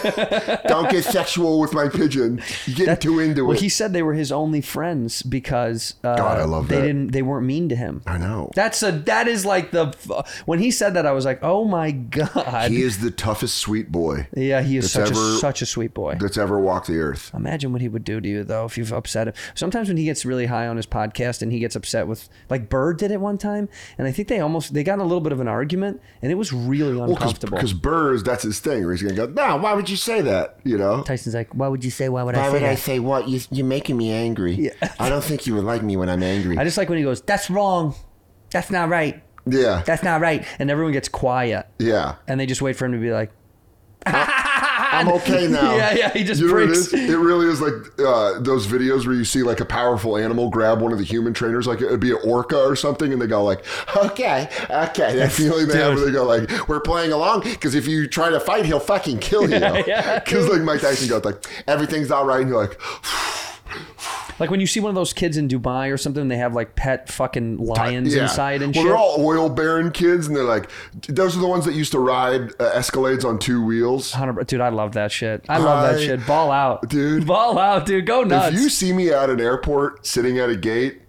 Don't get sexual with my pigeon. You get too into well, it. he said they were his only friends because uh, God, I love they that. didn't they weren't mean to him. I know. That's a that is like the f- when he said that I was like, "Oh my god." he is the toughest sweet boy yeah, he is It's such a ever- such a sweet boy. that's ever walked the earth. Imagine what he would do to you though if you've upset him. Sometimes when he gets really high on his podcast and he gets upset with like Bird did it one time and I think they almost they got in a little bit of an argument and it was really uncomfortable. Because Burrs, that's his thing. Where he's gonna go, no, why would you say that? You know, Tyson's like, why would you say? Why would Why I say would I that? say what? You, you're making me angry. I don't think you would like me when I'm angry. I just like when he goes, "That's wrong. That's not right. yeah, That's not right," and everyone gets quiet, yeah. and they just wait for him to be like, I'm okay now. "Yeah, yeah." He just You know what it breaks. is? It really is like uh, those videos where you see like a powerful animal grab one of the human trainers, like it'd be an orca or something, and they go like, "Okay, okay." That feeling they have, where they go like, "We're playing along," because if you try to fight, he'll fucking kill you. Because yeah. like Mike Tyson goes like, "Everything's all right," and you're like, Like when you see one of those kids in Dubai or something, they have like pet fucking lions Yeah. inside and well, shit. they're all oil baron kids, and they're like, those are the ones that used to ride uh, Escalades on two wheels. 100 Dude, I love that shit. I love that I- shit. Ball out, Dude. Ball out, dude. Go nuts. If you see me at an airport sitting at a gate,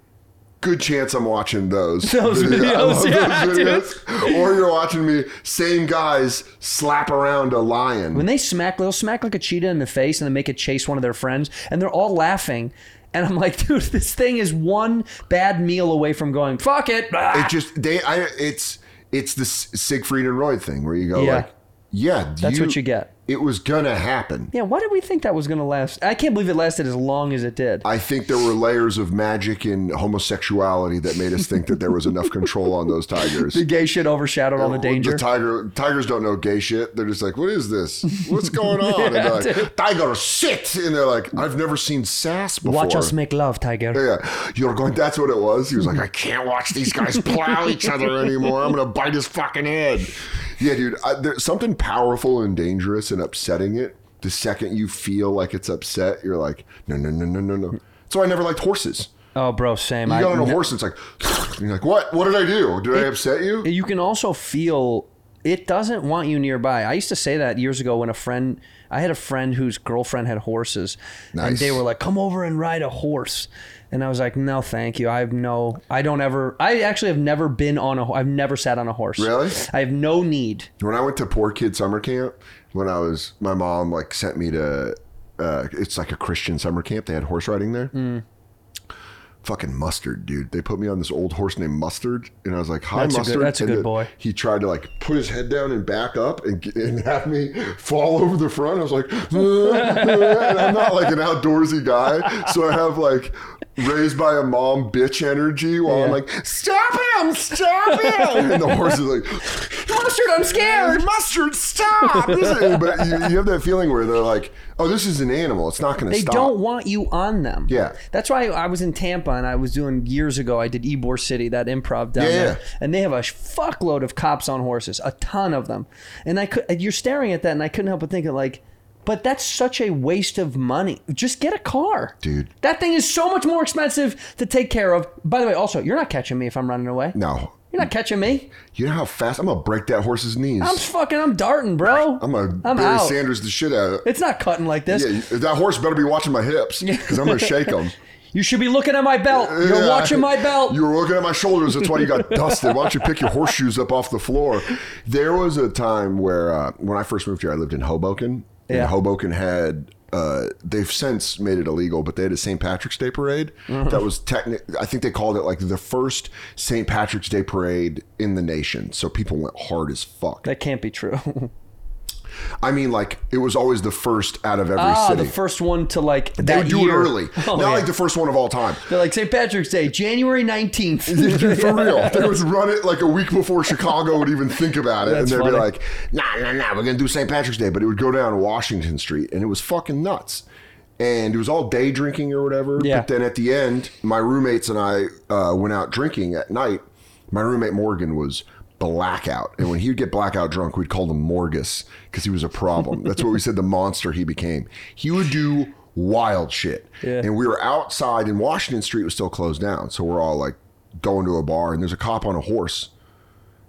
good chance I'm watching those. Those I videos, love yeah, dude. videos. Or you're watching me, same guys slap around a lion. when they smack, they'll smack like a cheetah in the face and then make it chase one of their friends, and they're all laughing. And I'm like, dude, this thing is one bad meal away from going, fuck it. Ah. it just they I it's it's the S- Siegfried and Roy thing where you go Yeah. like, yeah, That's what you get. It was gonna happen. Yeah, why did we think that was going to last? I can't believe it lasted as long as it did. I think there were layers of magic and homosexuality that made us think that there was enough control on those tigers. the gay shit overshadowed all the danger. Oh, The tiger tigers don't know gay shit. They're just like, what is this? What's going on? and they're like, tiger shit. And they're like, I've never seen sass before. Watch us make love, Tiger. Yeah, you're going. That's what it was. He was like, I can't watch these guys plow each other anymore. I'm gonna bite his fucking head. Yeah, dude. I, there's something powerful and dangerous and upsetting it. The second you feel like it's upset, you're like, no, no, no, no, no, no. So I never liked horses. Oh, bro, same. You I, got on a horse, and it's like, and you're like, what? What did I do? Did I upset you? you can also feel it doesn't want you nearby. I used to say that years ago when a friend, I had a friend whose girlfriend had horses, and Nice. they were like, "Come over and ride a horse," and I was like, "No, thank you. I have no. I don't ever. I actually have never been on a. ho- I've never sat on a horse. Really? I have no need. when I went to poor kid summer camp, when I was my mom like sent me to uh, it's like a Christian summer camp. They had horse riding there. Mm. Fucking mustard, dude. They put me on this old horse named Mustard, and I was like, "Hi, That's a good- Mustard." that's a And good then boy. He tried to like put his head down and back up and, get- and have me fall over the front. I was like, and I'm not like an outdoorsy guy, so I have like raised by a mom bitch energy while I'm Yeah. like, "Stop him! Stop him!" and the horse is like. Mustard, I'm scared. Mustard, stop! This is- but you, you have that feeling where they're like, "Oh, this is an animal. It's not going to They stop." don't want you on them. Yeah. That's why I was in Tampa and I was doing years ago. I did Ybor City, that improv down Yeah, there, yeah. and they have a fuckload of cops on horses, a ton of them. And I could, and you're staring at that, and I couldn't help but thinking like, but that's such a waste of money. Just get a car, Dude. That thing is so much more expensive to take care of. By the way, also, you're not catching me if I'm running away. No, You're not catching me. you know how fast I'm gonna break that horse's knees. I'm fucking. I'm darting, bro. I'm gonna I'm Barry out. Sanders the shit out of it. It's not cutting like this. Yeah, you- that horse better be watching my hips because I'm gonna shake him. You should be looking at my belt. You're Yeah. watching my belt. You were looking at my shoulders. That's why you got dusted. Why don't you pick your horseshoes up off the floor? There was a time where, uh, when I first moved here, I lived in Hoboken. Yeah. And Hoboken had, uh, they've since made it illegal, but they had a St. Patrick's Day parade Mm-hmm. that was technic. I think they called it like the first St. Patrick's Day parade in the nation. So people went hard as fuck. that can't be true. I mean, like, it was always the first out of every Ah, city. the first one to like they that would do year. it early. Oh, Not yeah. like the first one of all time. They're like St. Patrick's Day, January nineteenth. Dude, for real. They would run it like a week before Chicago would even think about it. That's and they'd funny. be like, nah, nah, nah, we're going to do St. Patrick's Day. But it would go down Washington Street and it was fucking nuts. And it was all day drinking or whatever. Yeah. But then at the end, my roommates and I uh, went out drinking at night. My roommate Morgan was blackout. And when he would get blackout drunk, we'd call him Morgus because he was a problem. That's what we said the monster he became. He would do wild shit. Yeah. And we were outside and Washington Street was still closed down. So we're all like going to a bar and there's a cop on a horse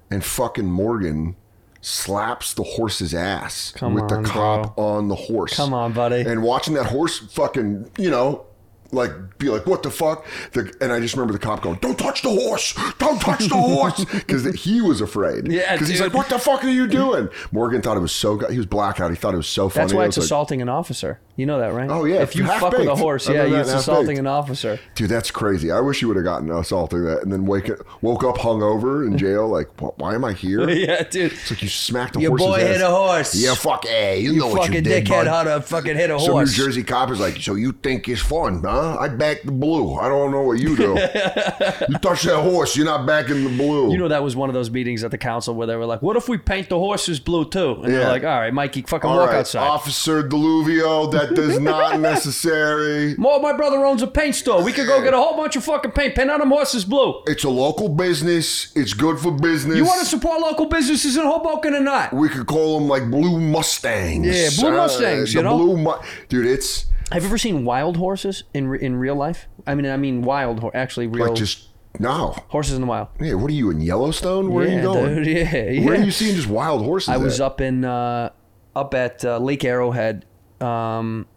and fucking Morgan slaps the horse's ass Come with on, the cop on the horse. Come on, buddy. And watching that horse fucking, you know, like be like, what the fuck? The, and I just remember the cop going, don't touch the horse. Don't touch the horse. Because he was afraid. Yeah, Because he's dude. like, what the fuck are you doing? Morgan thought it was so good. He was blackout. He thought it was so funny. That's why It it's was like, assaulting an officer. You know that, right? Oh, yeah, If you half fuck with a baked. horse, I yeah, know that, you- it's half assaulting baked. an officer. Dude, that's crazy. I wish you would have gotten assaulted that and then wake woke up hungover in jail. Like, "Wh- why am I here? yeah, dude. It's like you smacked a Your horse's boy ass. hit a horse. Yeah, fuck. Hey, you, know what you fucking did, dickhead, bud. how to fucking hit a Some horse. New Jersey cop is like, so you think it's fun, huh? I back the blue. I don't know what you do. you touch that horse, you're not backing the blue. You know that was one of those meetings at the council where they were like, "What if we paint the horses blue too?" And they're Yeah. like, "All right, Mikey, fucking All walk right, outside." Officer Deluvio, that is not necessary. Mo, my brother owns a paint store. We could go get a whole bunch of fucking paint, paint on them horses blue. It's a local business. It's good for business. You want to support local businesses in Hoboken or not? we could call them like blue mustangs. Yeah, blue Uh, Mustangs, you the know? blue mu- dude. It's Have you ever seen wild horses in re- in real life? I mean, I mean wild, hor- actually real like just no. horses in the wild. Hey, what are you in Yellowstone? Where are yeah, you going? dude, yeah, yeah. Where are you seeing just wild horses? I was at? up in uh, up at uh, Lake Arrowhead, um,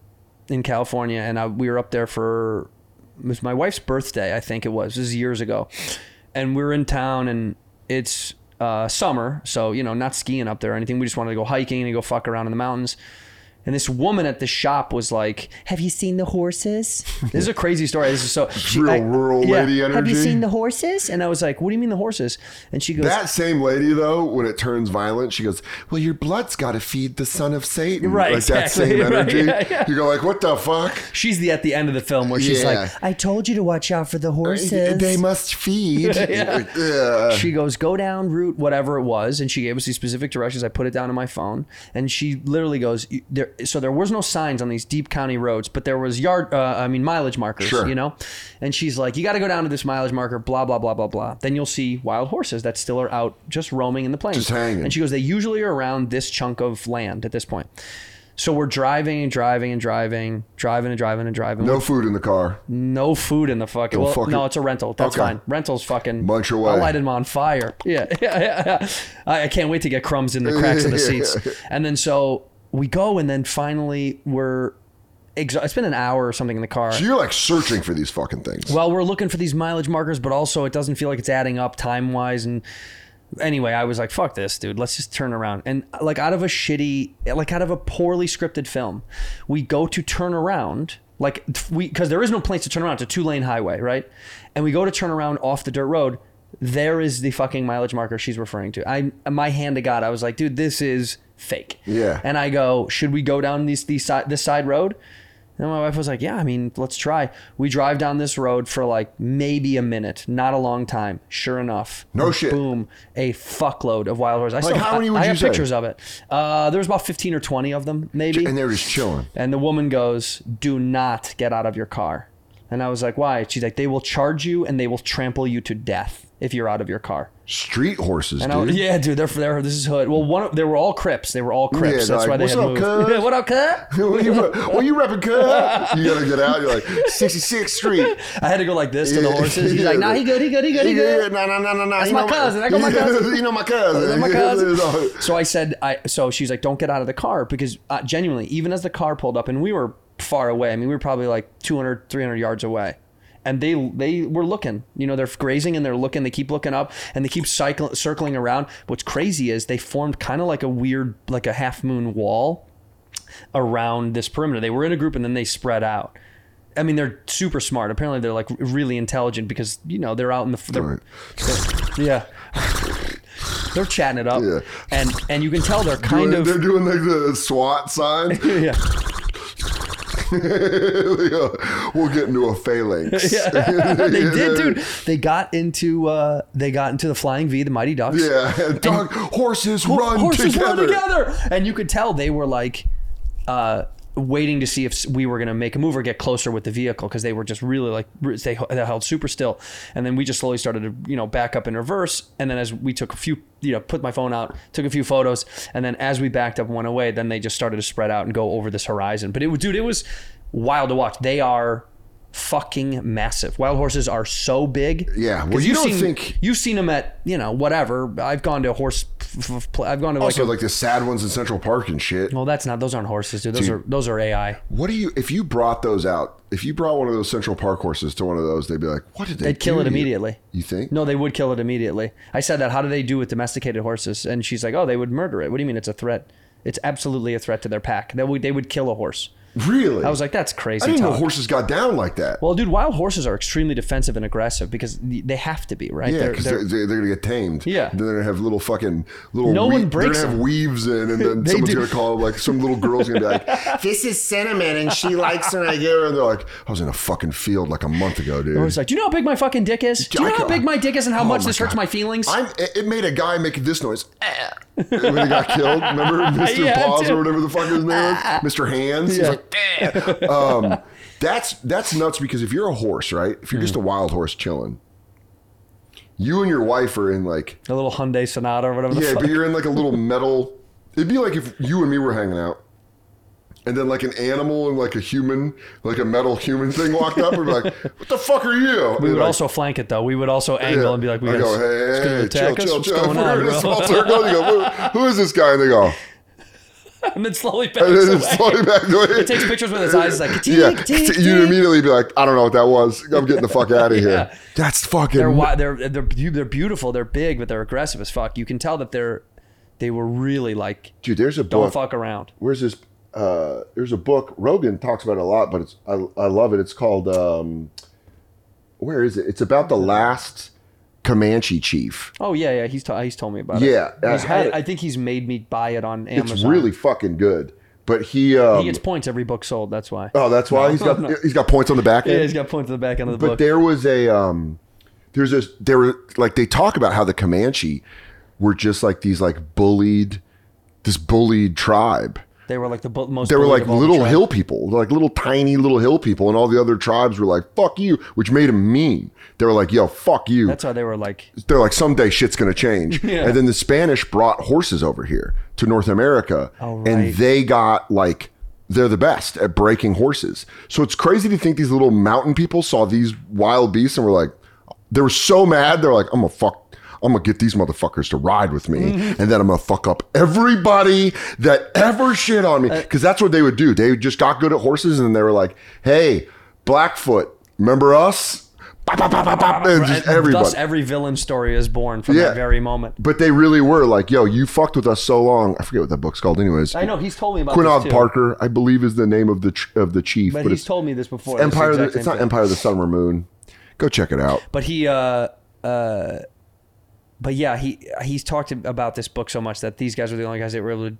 in California, and I, we were up there for it was my wife's birthday, I think it was. This is years ago, and we were in town, and it's uh, summer, so you know, not skiing up there or anything. We just wanted to go hiking and go fuck around in the mountains. And this woman at the shop was like, "Have you seen the horses?" This is a crazy story. This is so she- Real rural lady Have you energy. seen the horses? And I was like, "What do you mean the horses?" And she goes, That same lady, though, when it turns violent, she goes, "Well, your blood's got to feed the son of Satan." Right, like exactly, that same right, energy. yeah, yeah. You go like, "What the fuck?" "She's the at the end of the film where she's Yeah. like, I told you to watch out for the horses." They must feed. yeah. she goes, go down route, whatever it was. And she gave us these specific directions. I put it down on my phone. And she literally goes, you- there, so there was no signs on these deep county roads, but there was yard, uh, I mean, mileage markers, Sure. you know? And she's like, you got to go down to this mileage marker, blah, blah, blah, blah, blah. Then you'll see wild horses that still are out just roaming in the plains. Just hanging. And she goes, they usually are around this chunk of land at this point. So we're driving and driving and driving, driving and driving and driving. No food in the car. No food in the fucking. Well, fuck no, it. it's a rental. That's Okay. fine. Rental's fucking. Munch away. I'll light him on fire. Yeah, yeah, yeah. yeah. I, I can't wait to get crumbs in the cracks of the seats. And then so we go, and then finally we're. Exa- it's been an hour or something in the car. So you're like searching for these fucking things. Well, we're looking for these mileage markers, but also it doesn't feel like it's adding up time wise. And anyway, I was like, fuck this, dude. Let's just turn around. And like out of a shitty, like out of a poorly scripted film, we go to turn around. Like we, because there is no place to turn around. It's a two lane highway, right? And we go to turn around off the dirt road. There is the fucking mileage marker she's referring to. I, my hand to God, I was like, dude, this is fake. Yeah. And I go, should we go down these these side this side road? And my wife was like, yeah, I mean, let's try. We drive down this road for like maybe a minute, not a long time. Sure enough, No shit. Boom, a fuckload of wild horses. I Like, still, how many I- would I you have say? pictures of it. Uh, there was about fifteen or twenty of them, maybe. and they're just chilling. And the woman goes, Do not get out of your car. And I was like, Why? She's like, They will charge you and they will trample you to death if you're out of your car. Street horses, And I, dude. yeah, dude, they're, they're this is hood. Well, one of- they were all Crips. They were all Crips. they're That's like, why they "What's had up, moved. cuz?" Yeah, what up, cuz? what you, what you repping, cuz? You gotta get out. You're like 66th Street. I had to go like this to the horses. He's like, Nah, he good, he good, he good, he Yeah, good. no, no, no, no, no. That's You my know cousin. I got my cousin. you know Oh my cousin. That's my cousin. So I said, I so she's like, don't get out of the car because uh, genuinely, even as the car pulled up and we were far away, I mean, we were probably like 200, 300 yards away. And they they were looking, you know, they're grazing and they're looking. They keep looking up and they keep cycling, circling around. What's crazy is they formed kind of like a weird, like a half moon wall around this perimeter. They were in a group and then they spread out. I mean, they're super smart. Apparently, they're like really intelligent because you know they're out in the. They're, Yeah. They're chatting it up, Yeah. and and you can tell they're kind Doing- of They're doing like the SWAT signs. yeah. we'll get into a phalanx. they did, dude. They got into uh, they got into the flying V, the Mighty Ducks. Yeah, dog, horses run horses together. were together, and you could tell they were like uh, waiting to see if s- we were going to make a move or get closer with the vehicle because they were just really like r- they, h- they held super still, and then we just slowly started to you know back up in reverse, and then as we took a few you know put my phone out, took a few photos, and then as we backed up and went away, then they just started to spread out and go over this horizon. But it was dude, it was wild to watch. They are. Fucking massive. Wild horses are so big. Yeah, well, 'Cause you you've don't seen- think- you've seen them at you know whatever. I've gone to horse. F- f- pl- I've gone to like a- Also, like the sad ones in Central Park and shit. well, that's not. Those aren't horses, dude. Those Dude. are those are AI. What do you if you brought those out? If you brought one of those Central Park horses to one of those, they'd be like, "What did they?" They'd kill do it to you?" immediately. You think? No, they would kill it immediately. I said that. How do they do with domesticated horses? And she's like, oh, they would murder it. What do you mean? It's a threat. It's absolutely a threat to their pack. They would they would kill a horse. really. I was like, that's crazy. I didn't know talk." horses got down like that. Well, dude, wild horses are extremely defensive and aggressive because they have to be, right? yeah, They're- because they're- they're, they're, they're gonna get tamed. Yeah. then they're gonna have little fucking little. No one They're breaks gonna have them. weaves in, and then They someone's do. gonna call like some little girl's gonna be like, This is cinnamon, and she likes "Can her. I get her?" And they're like, "I was in a fucking field like a month ago, dude." I was like, do you know how big my fucking dick is? Do you I know how ca- big my dick is and how Oh much my this hurts God. my feelings? I'm, it it made a guy make this noise "Ah," when he got killed. Remember Mr. Yeah, Paws dude. Ah. or whatever the fuck his name is? Mr. Hands. He's like, "Ah." um, that's that's nuts because if you're a horse, right? If you're Hmm. just a wild horse chilling, you and your wife are in like a little Hyundai Sonata or whatever. the yeah, fuck. but you're in like a little metal. It'd be like if you and me were hanging out, and then like an animal and like a human, like a metal human thing walked up and be like, "What the fuck are you?" We would also flank it though. We would also angle and be like, we I gotta, go, it's hey, gonna hey, chill, attack us. chill, What's chill. going on, We're in a bro? small circle. And you go, who, who is this guy? And they go, and then slowly backs and then away. slowly back away. He takes pictures with his eyes. He's like, "Ka-ting, yeah, ka-ting, you'd ka-ting." immediately be like, I don't know what that was. I'm getting the fuck out of here. That's fucking. they're, wi- they're they're beau- they're beautiful. They're big, but they're aggressive as fuck. You can tell that they're they were really like Dude, there's a don't book. fuck around. Where's this? uh, there's a book Rogan talks about it a lot, but it's I, I love it. It's called um, where is it? It's about the last Comanche chief. Oh yeah, yeah. He's t- he's told me about Yeah, it. I He's- had I, it. I think he's made me buy it on Amazon. It's really fucking good. But he, um, he gets points every book sold. That's why. oh, that's why he's got he's got points on the back end. Yeah, he's got points in the back end of the but book. there was a um there's this there were like they talk about how the comanche were just like these like bullied this bullied tribe They were like the bu- most. they were bullied like of all the little tribes. hill people like little tiny little hill people and all the other tribes were like fuck you which made them mean they were like yo fuck you That's why they were like. they're like someday shit's gonna change and then the spanish brought horses over here to north america and they got like they're the best at breaking horses so it's crazy to think these little mountain people saw these wild beasts and were like they were so mad they're like i'm gonna fuck i'm gonna get these motherfuckers to ride with me and then i'm gonna fuck up everybody that ever shit on me because that's what they would do they just got good at horses and they were like hey blackfoot remember us Bop, bop, bop, bop, bop, and just everybody. Thus, every villain story is born from Yeah. that very moment. But they really were like, yo, you fucked with us so long. I forget what that book's called, anyways. I know he's told me about this Quinod too, Parker, I believe, is the name of the ch- of the chief. but, But, he's it's told me this before. this Empire. Of the, exact it's same not thing. Empire of the Sun or Moon. Go check it out. But he, uh, uh, but yeah, he he's talked about this book so much that these guys were the only guys that were able to,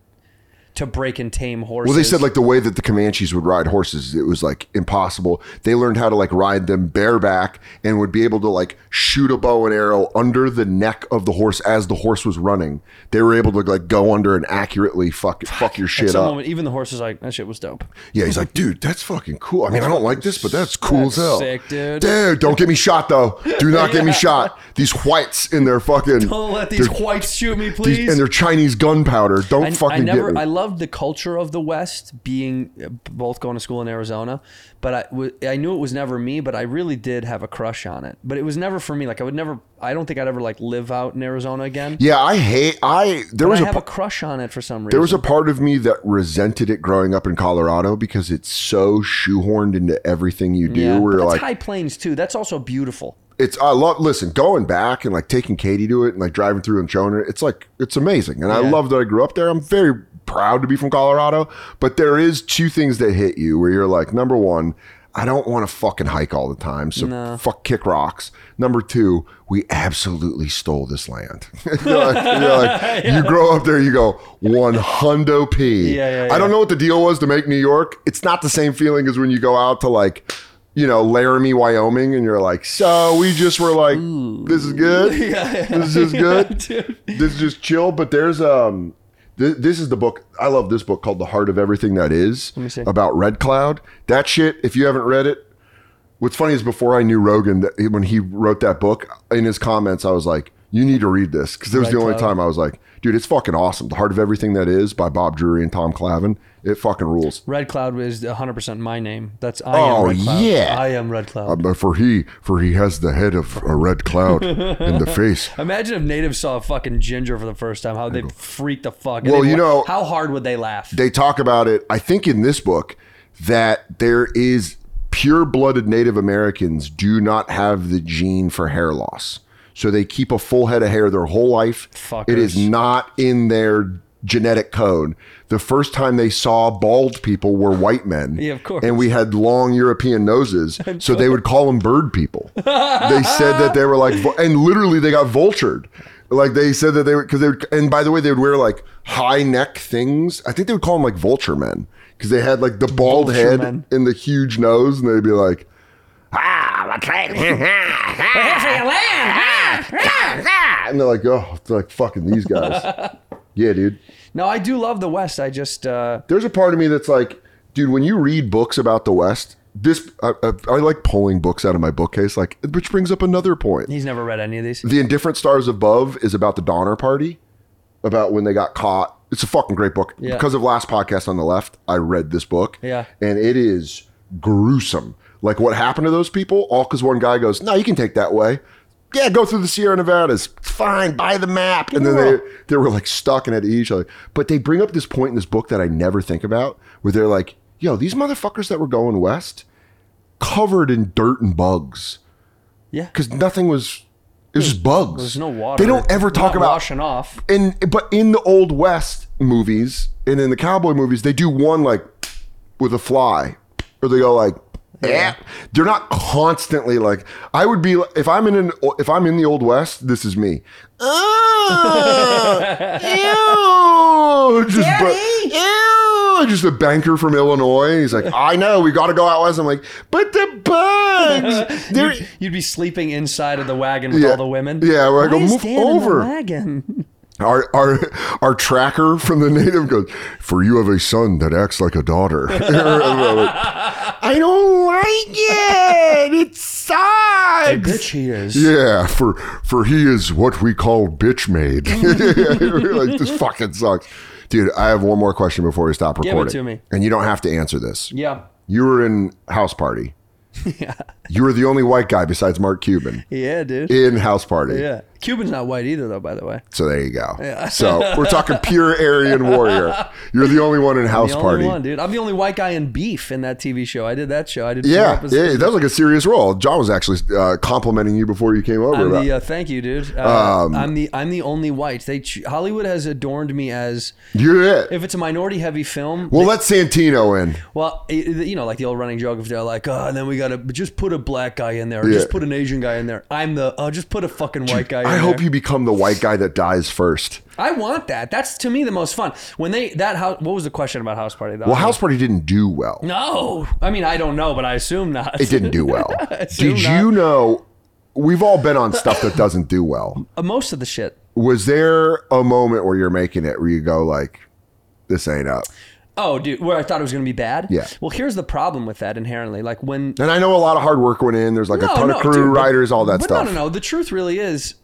to break and tame horses. Well, they said like the way that the Comanches would ride horses, it was like impossible. They learned how to like ride them bareback and would be able to like shoot a bow and arrow under the neck of the horse as the horse was running. They were able to like go under and accurately fuck fuck your shit At some up. moment, even the horse was like, that shit was dope. Yeah, he's like, dude, that's fucking cool. I mean, I don't like this, but that's cool as hell. sick, dude. Dude, don't get me shot though. Do not get me shot. These whites in their fucking Don't let these their- whites shoot me, these- please. and their Chinese gunpowder. Don't I, fucking I never, get me. I loved the culture of the West, being uh, both going to school in Arizona, but I, w- I knew it was never me, but I really did have a crush on it. But it was never for me. Like I would never, I don't think I'd ever like live out in Arizona again. yeah, I hate. I there was I a have pa- a crush on it for some reason. there was a part of me that resented it growing up in Colorado because it's so shoehorned into everything you do. yeah, where but you're that's like, High Plains too. That's also beautiful. it's I love listen going back and like taking Katie to it and like driving through and showing her it's like it's amazing and I love that I grew up there I'm very proud to be from Colorado but there is two things that hit you where you're like number one I don't want to fucking hike all the time so fuck kick rocks number two we absolutely stole this land you're like, you're like- you grow up there you go one hundo p Yeah, yeah, I don't know what the deal was to make New York it's not the same feeling as when you go out to like you know, Laramie, Wyoming, and you're like, so we just were like, this is good. This is just good. this is just chill. But there's um, th- this is the book. I love this book called The Heart of Everything That Is see. about Red Cloud. That shit. If you haven't read it, what's funny is before I knew Rogan, that when he wrote that book, in his comments, I was like, you need to read this because it was the only time I was like, dude, it's fucking awesome. The Heart of Everything That Is by Bob Drury and Tom Clavin. It fucking rules. Red Cloud is 100% my name. That's I Oh, am Red Cloud. yeah. I am Red Cloud. Uh, but for he for he has the head of a red cloud in the face. Imagine if natives saw a fucking ginger for the first time, how they freak the fuck. Well, They'd la- you know- how hard would they laugh? They talk about it, I think, in this book that there is pure-blooded Native Americans do not have the gene for hair loss, so they keep a full head of hair their whole life. It is Fuckers. not in their genetic code. The first time they saw bald people were white men. Yeah, of course. And we had long European noses, so they would call them bird people. they said that they were like, vu- and literally they got vultured. Like they said that they were because they would, and by the way, they would wear like high neck things. I think they would call them like vulture men because they had like the bald Vulture head men. and the huge nose, and they'd be like, ah, and they're like, oh, it's like fucking these guys. yeah, dude. No, I do love the West. I just uh, there's a part of me that's like, dude, when you read books about the West, this I, I, I like pulling books out of my bookcase, like which brings up another point. he's never read any of these. The Indifferent Stars Above is about the Donner Party, about when they got caught. It's a fucking great book. Yeah. Because of last podcast on the left, I read this book. Yeah. And it is gruesome. Like what happened to those people, all because one guy goes, No, you can take that way. Yeah, go through the Sierra Nevadas. Fine, buy the map. And then they, they were like stuck and had to eat each other. But they bring up this point in this book that I never think about where they're like, yo, these motherfuckers that were going west covered in dirt and bugs Yeah. because nothing was It was just bugs. There's no water. They don't ever They're talk not about washing off. in but in the old west movies and in the cowboy movies they do one like with a fly or they go like eh. they're not constantly like i would be if i'm in an if i'm in the old west this is me Ah, ew, just, but, ew, just a banker from illinois he's like i know we gotta go out west i'm like but the bugs they're You'd, you'd be sleeping inside of the wagon with Yeah. all the women. yeah where i go Why is move Dan in the over wagon? Our, our our tracker from the native goes, For you have a son that acts like a daughter. I'm like, I don't like it. It Hey, sucks. bitch, he is. Yeah, for for he is what we call bitch made. We're like, this fucking sucks. Dude, I have one more question before we stop it recording. to me. And you don't have to answer this. Yeah. You were in House Party. You were the only white guy besides Mark Cuban Yeah, dude. in House Party. Yeah. Cuban's not white either, though. By the way, So there you go. So we're talking pure Aryan warrior. You're the only one in house the party. only one, dude. I'm the only white guy in Beef in that TV show. I did that show. I did. four Yeah, episodes. yeah, that was like a serious role. John was actually uh, complimenting you before you came over. I'm about- the, uh, thank you, dude. Uh, Um, I'm the I'm the only white. They ch- Hollywood has adorned me as You're it. if it's a minority heavy film. well, let Santino in. Well, it, it- you know, like the old running joke of they're like, oh, and then we gotta but just put a black guy in there, or just Yeah. put an Asian guy in there. I'm the oh, just put a fucking white guy. in I hope there. you become the white guy that dies first. I want that. That's to me the most fun. When they that house. What was the question about house party though? Well, house party didn't do well. No, I mean I don't know, but I assume not. It didn't do well. assume Did not. you know? We've all been on stuff that doesn't do well. Uh, Most of the shit. Was there a moment where you're making it where you go like, "This ain't up"? Oh, dude, where I thought it was gonna be bad. Yeah. Well, here's the problem with that inherently. Like when And I know a lot of hard work went in. There's like a ton of crew dude, but- writers, all that but stuff. No, no, no. The truth really is,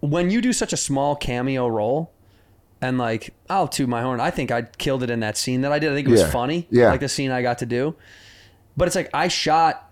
when you do such a small cameo role, and like I'll toot my horn. I think I killed it in that scene that I did. I think it was Yeah. funny. Yeah. Like the scene I got to do, but it's like I shot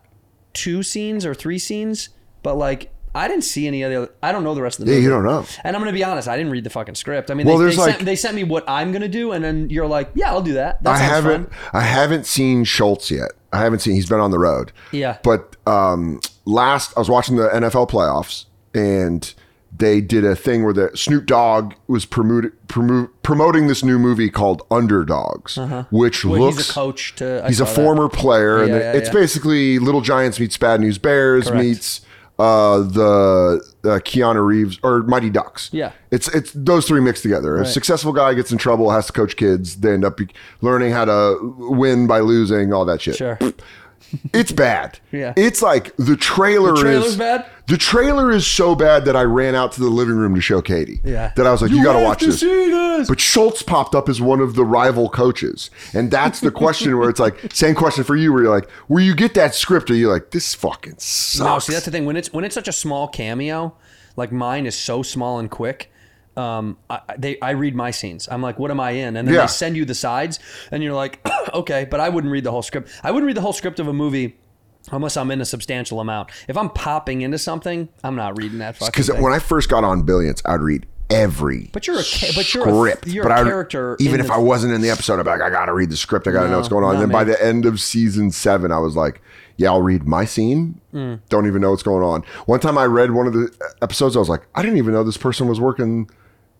two scenes or three scenes, but like I didn't see any other. I don't know the rest of the Yeah, movie. you don't know. And I'm gonna be honest, I didn't read the fucking script. I mean, Well, they, there's they like- sent, they sent me what I'm gonna do, and then you're like, yeah, I'll do that. That I sounds haven't fun. I haven't seen Schultz yet. I haven't seen he's been on the road. Yeah. But um last I was watching the NFL playoffs and they did a thing where the Snoop Dogg was promoted, promo, promoting this new movie called Underdogs, which Well, looks Uh-huh. he's a coach to. I he's a saw that. former player, and Yeah, it- yeah, it's yeah. basically Little Giants meets Bad News Bears Correct. meets uh, the uh, Keanu Reeves or Mighty Ducks. Yeah. it's it's those three mixed together. A successful guy gets in trouble, has to coach kids. They end up be- learning how to win by losing, all that shit. Sure. It's bad. Yeah. it's like the trailer trailer's is bad? The trailer is so bad that I ran out to the living room to show Katie. Yeah. that I was like, you, got to have watch to this. see this. But Schultz popped up as one of the rival coaches. And that's the question where it's like, same question for you, where you're like, where you get that script, are you like, this fucking No, sucks? see that's the thing. When it's when it's such a small cameo, like mine is so small and quick. Um, I, I- they I read my scenes. I'm like, what am I in? And then Yeah. they send you the sides, and you're like, okay. But I wouldn't read the whole script. I wouldn't read the whole script of a movie unless I'm in a substantial amount. If I'm popping into something, I'm not reading that fucking. Because thing. when I first got on Billions, I'd read every But you're a ca- but you're a- script. you're but a I- character Even in if the- I wasn't in the episode, I'd be like, I got to read the script. I got to know No, what's going on. not And then by me. the end of season seven, I was like, yeah, I'll read my scene. Mm. Don't even know what's going on. One time I read one of the uh, episodes, I was like, I didn't even know this person was working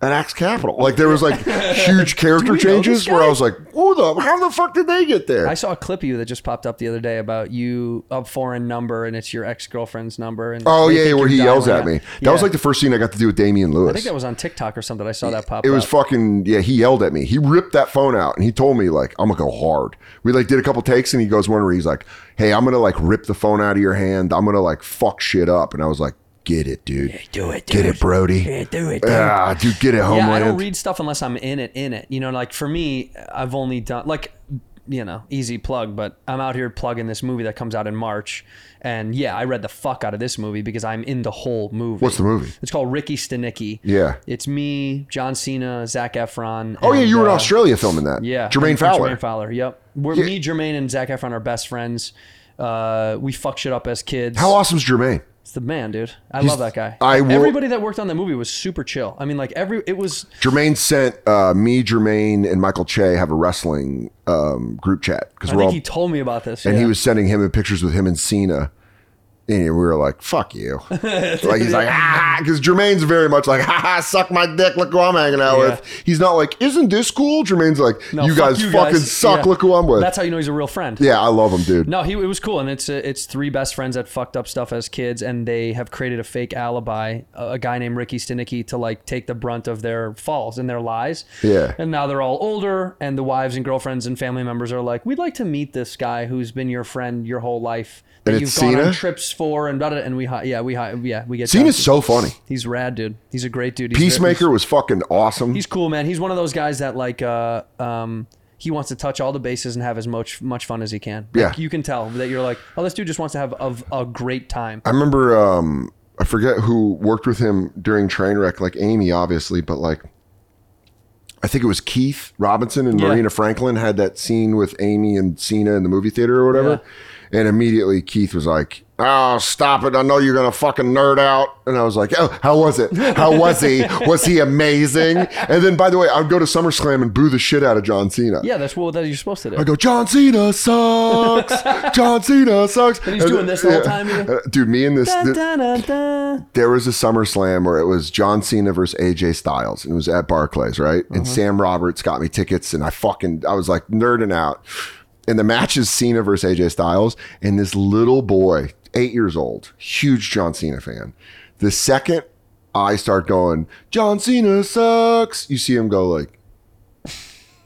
at Axe Capital. Like there was like huge character this changes where I guy? was like, who the, how the fuck did they get there? I saw a clip of you that just popped up the other day about you a foreign number and it's your ex girlfriend's number and Oh they yeah, think where you're he yells dialing at it. me. That Yeah. was like the first scene I got to do with Damian Lewis. I think that was on TikTok or something. I saw that pop. it was up. fucking yeah. He yelled at me. He ripped that phone out and he told me like I'm gonna go hard. We like did a couple takes and he goes one where he's like, "Hey, I'm gonna like rip the phone out of your hand. I'm gonna like fuck shit up." And I was like, "Get it, dude. Do it. get dude. it, Brody. Yeah, do it. Ah, dude, get it, yeah, I Homeland." don't read stuff unless I'm in it. In it, you know. Like for me, I've only done like, you know, easy plug. But I'm out here plugging this movie that comes out in March, and yeah, I read the fuck out of this movie because I'm in the whole movie. What's the movie? It's called Ricky Stenicki. Yeah. It's me, John Cena, Zach Efron. oh yeah, and, you were in uh, Australia filming that. Yeah, Jermaine and- and Fowler. Jermaine Fowler. Yep. We're me, Jermaine, and Zach Efron are best friends. Uh, we fuck shit up as kids. How awesome's Jermaine? It's the man, dude. I love that guy. I will- Everybody that worked on that movie was super chill. I mean, like every it was Jermaine sent uh, me, Jermaine, and Michael Che have a wrestling um, group chat because I we're all think he told me about this. and yeah. he was sending him pictures with him and Cena And we were like, fuck you. like he's like, ah, because Jermaine's very much like, ha ha, suck my dick, look who I'm hanging out Yeah. with. He's not like, isn't this cool? Jermaine's like, No, you fuck guys fucking suck, Yeah. look who I'm with. That's how you know he's a real friend. yeah, I love him, dude. No, he it was cool, and it's uh it's three best friends that fucked up stuff as kids, and they have created a fake alibi, a, a guy named Ricky Stinicky, to like take the brunt of their falls and their lies. Yeah. And now they're all older, and the wives and girlfriends and family members are like, we'd like to meet this guy who's been your friend your whole life that And you've it's gone Cena? on trips for, and blah, blah, and we hi- yeah we hi- yeah we get Cena's John- so funny. He's rad, dude. He's a great dude. He's very- Peacemaker was fucking awesome. he's cool, man. He's one of those guys that like uh um he wants to touch all the bases and have as much much fun as he can. Like, Yeah. you can tell that you're like, oh, this dude just wants to have a, a great time. I remember um I forget who worked with him during Trainwreck, like Amy, obviously, but like I think it was Keith Robinson and Yeah. Marina Franklin had that scene with Amy and Cena in the movie theater or whatever. And immediately Keith was like, Oh, stop it. I know you're gonna fucking nerd out. And I was like, Oh, how was it? How was he? was he amazing? And then by the way, I would go to SummerSlam and boo the shit out of John Cena. Yeah, that's what that you're supposed to do. I go, John Cena sucks. John Cena sucks. And he's doing this the whole time, you know? Uh, Dude, me and this, Dun, thi- dun, dun, dun. there was a SummerSlam where it was John Cena versus AJ Styles, and it was at Barclays, right? And Sam Roberts got me tickets, and I fucking I was like nerding out. And the match is Cena versus AJ Styles, and this little boy, eight years old, huge John Cena fan. The second I start going, John Cena sucks, you see him go like.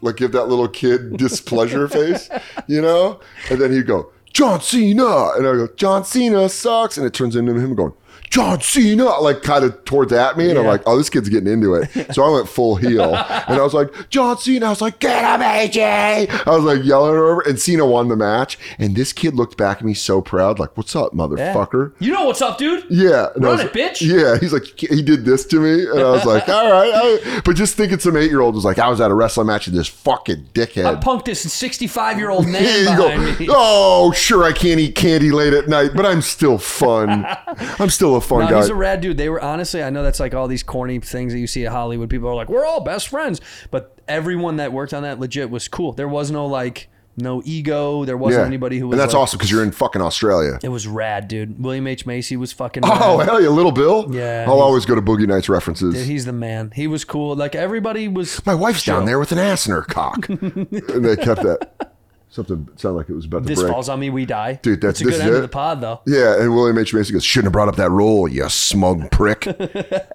Like give that little kid displeasure face, you know, and then he'd go John Cena, and I go John Cena sucks, and it turns into him going John Cena, like kind of towards at me, and I'm like, oh, this kid's getting into it. So I went full heel, and I was like John Cena. I was like, get him, AJ. I was like yelling over, and Cena won the match, and this kid looked back at me so proud, like, what's up, motherfucker? You know what's up, dude? Yeah. And I Run was- it, bitch. Yeah. He's like, he did this to me. And I was like, all right. I, but just thinking some eight year old was like, I was at a wrestling match and this fucking I dickhead. punked this 65 year old Yeah, man you go, behind me. oh, sure, I can't eat candy late at night, but I'm still fun. I'm still a fun No, guy. Uh, he's a rad dude. They were honestly, I know that's like all these corny things that you see at Hollywood. People are like, we're all best friends. But everyone that worked on that legit was cool. There was no like, no ego. There wasn't anybody who was. and that's like- awesome because you're in fucking Australia. It was rad, dude. William H. Macy was fucking. Oh, rad. hell yeah. Little Bill? Yeah, I'll he's- always go to Boogie Nights references. Dude, he's the man. He was cool. Like everybody was. My wife's down there with an ass in her cock. and they kept that. Something sounded like it was about to This break. falls on me. We die, Dude, that's- It's a this good is end it? of the pod, though. Yeah, and William H. Macy goes, shouldn't have brought up that rule, you smug prick.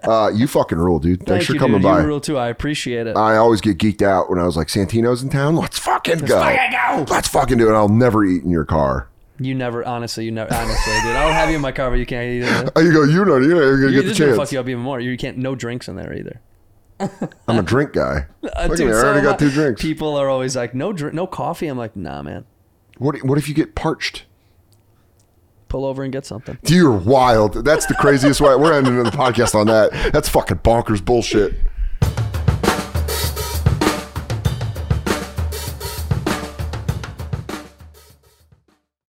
uh, you fucking rule, dude. Thanks Thank for you, coming dude. by. Uh, You rule too. I appreciate it. I always get geeked out when I was like, Santino's in town? Let's fucking go. Let's fucking do it. I'll never eat in your car. you never, honestly, you never, honestly, dude. I'll have you in my car, but you can't eat it. Uh, You go, you're not, you're not going to You, get the this will fuck chance. you up even more. You can't. No drinks in there either. I'm a drink guy. Uh, Look dude, at me, I so already am got two drinks. People are always like, no drink, no coffee. I'm like, nah, man. What, what if you get parched? Pull over and get something. Dear wild. That's the craziest way. We're ending the podcast on that. That's fucking bonkers bullshit.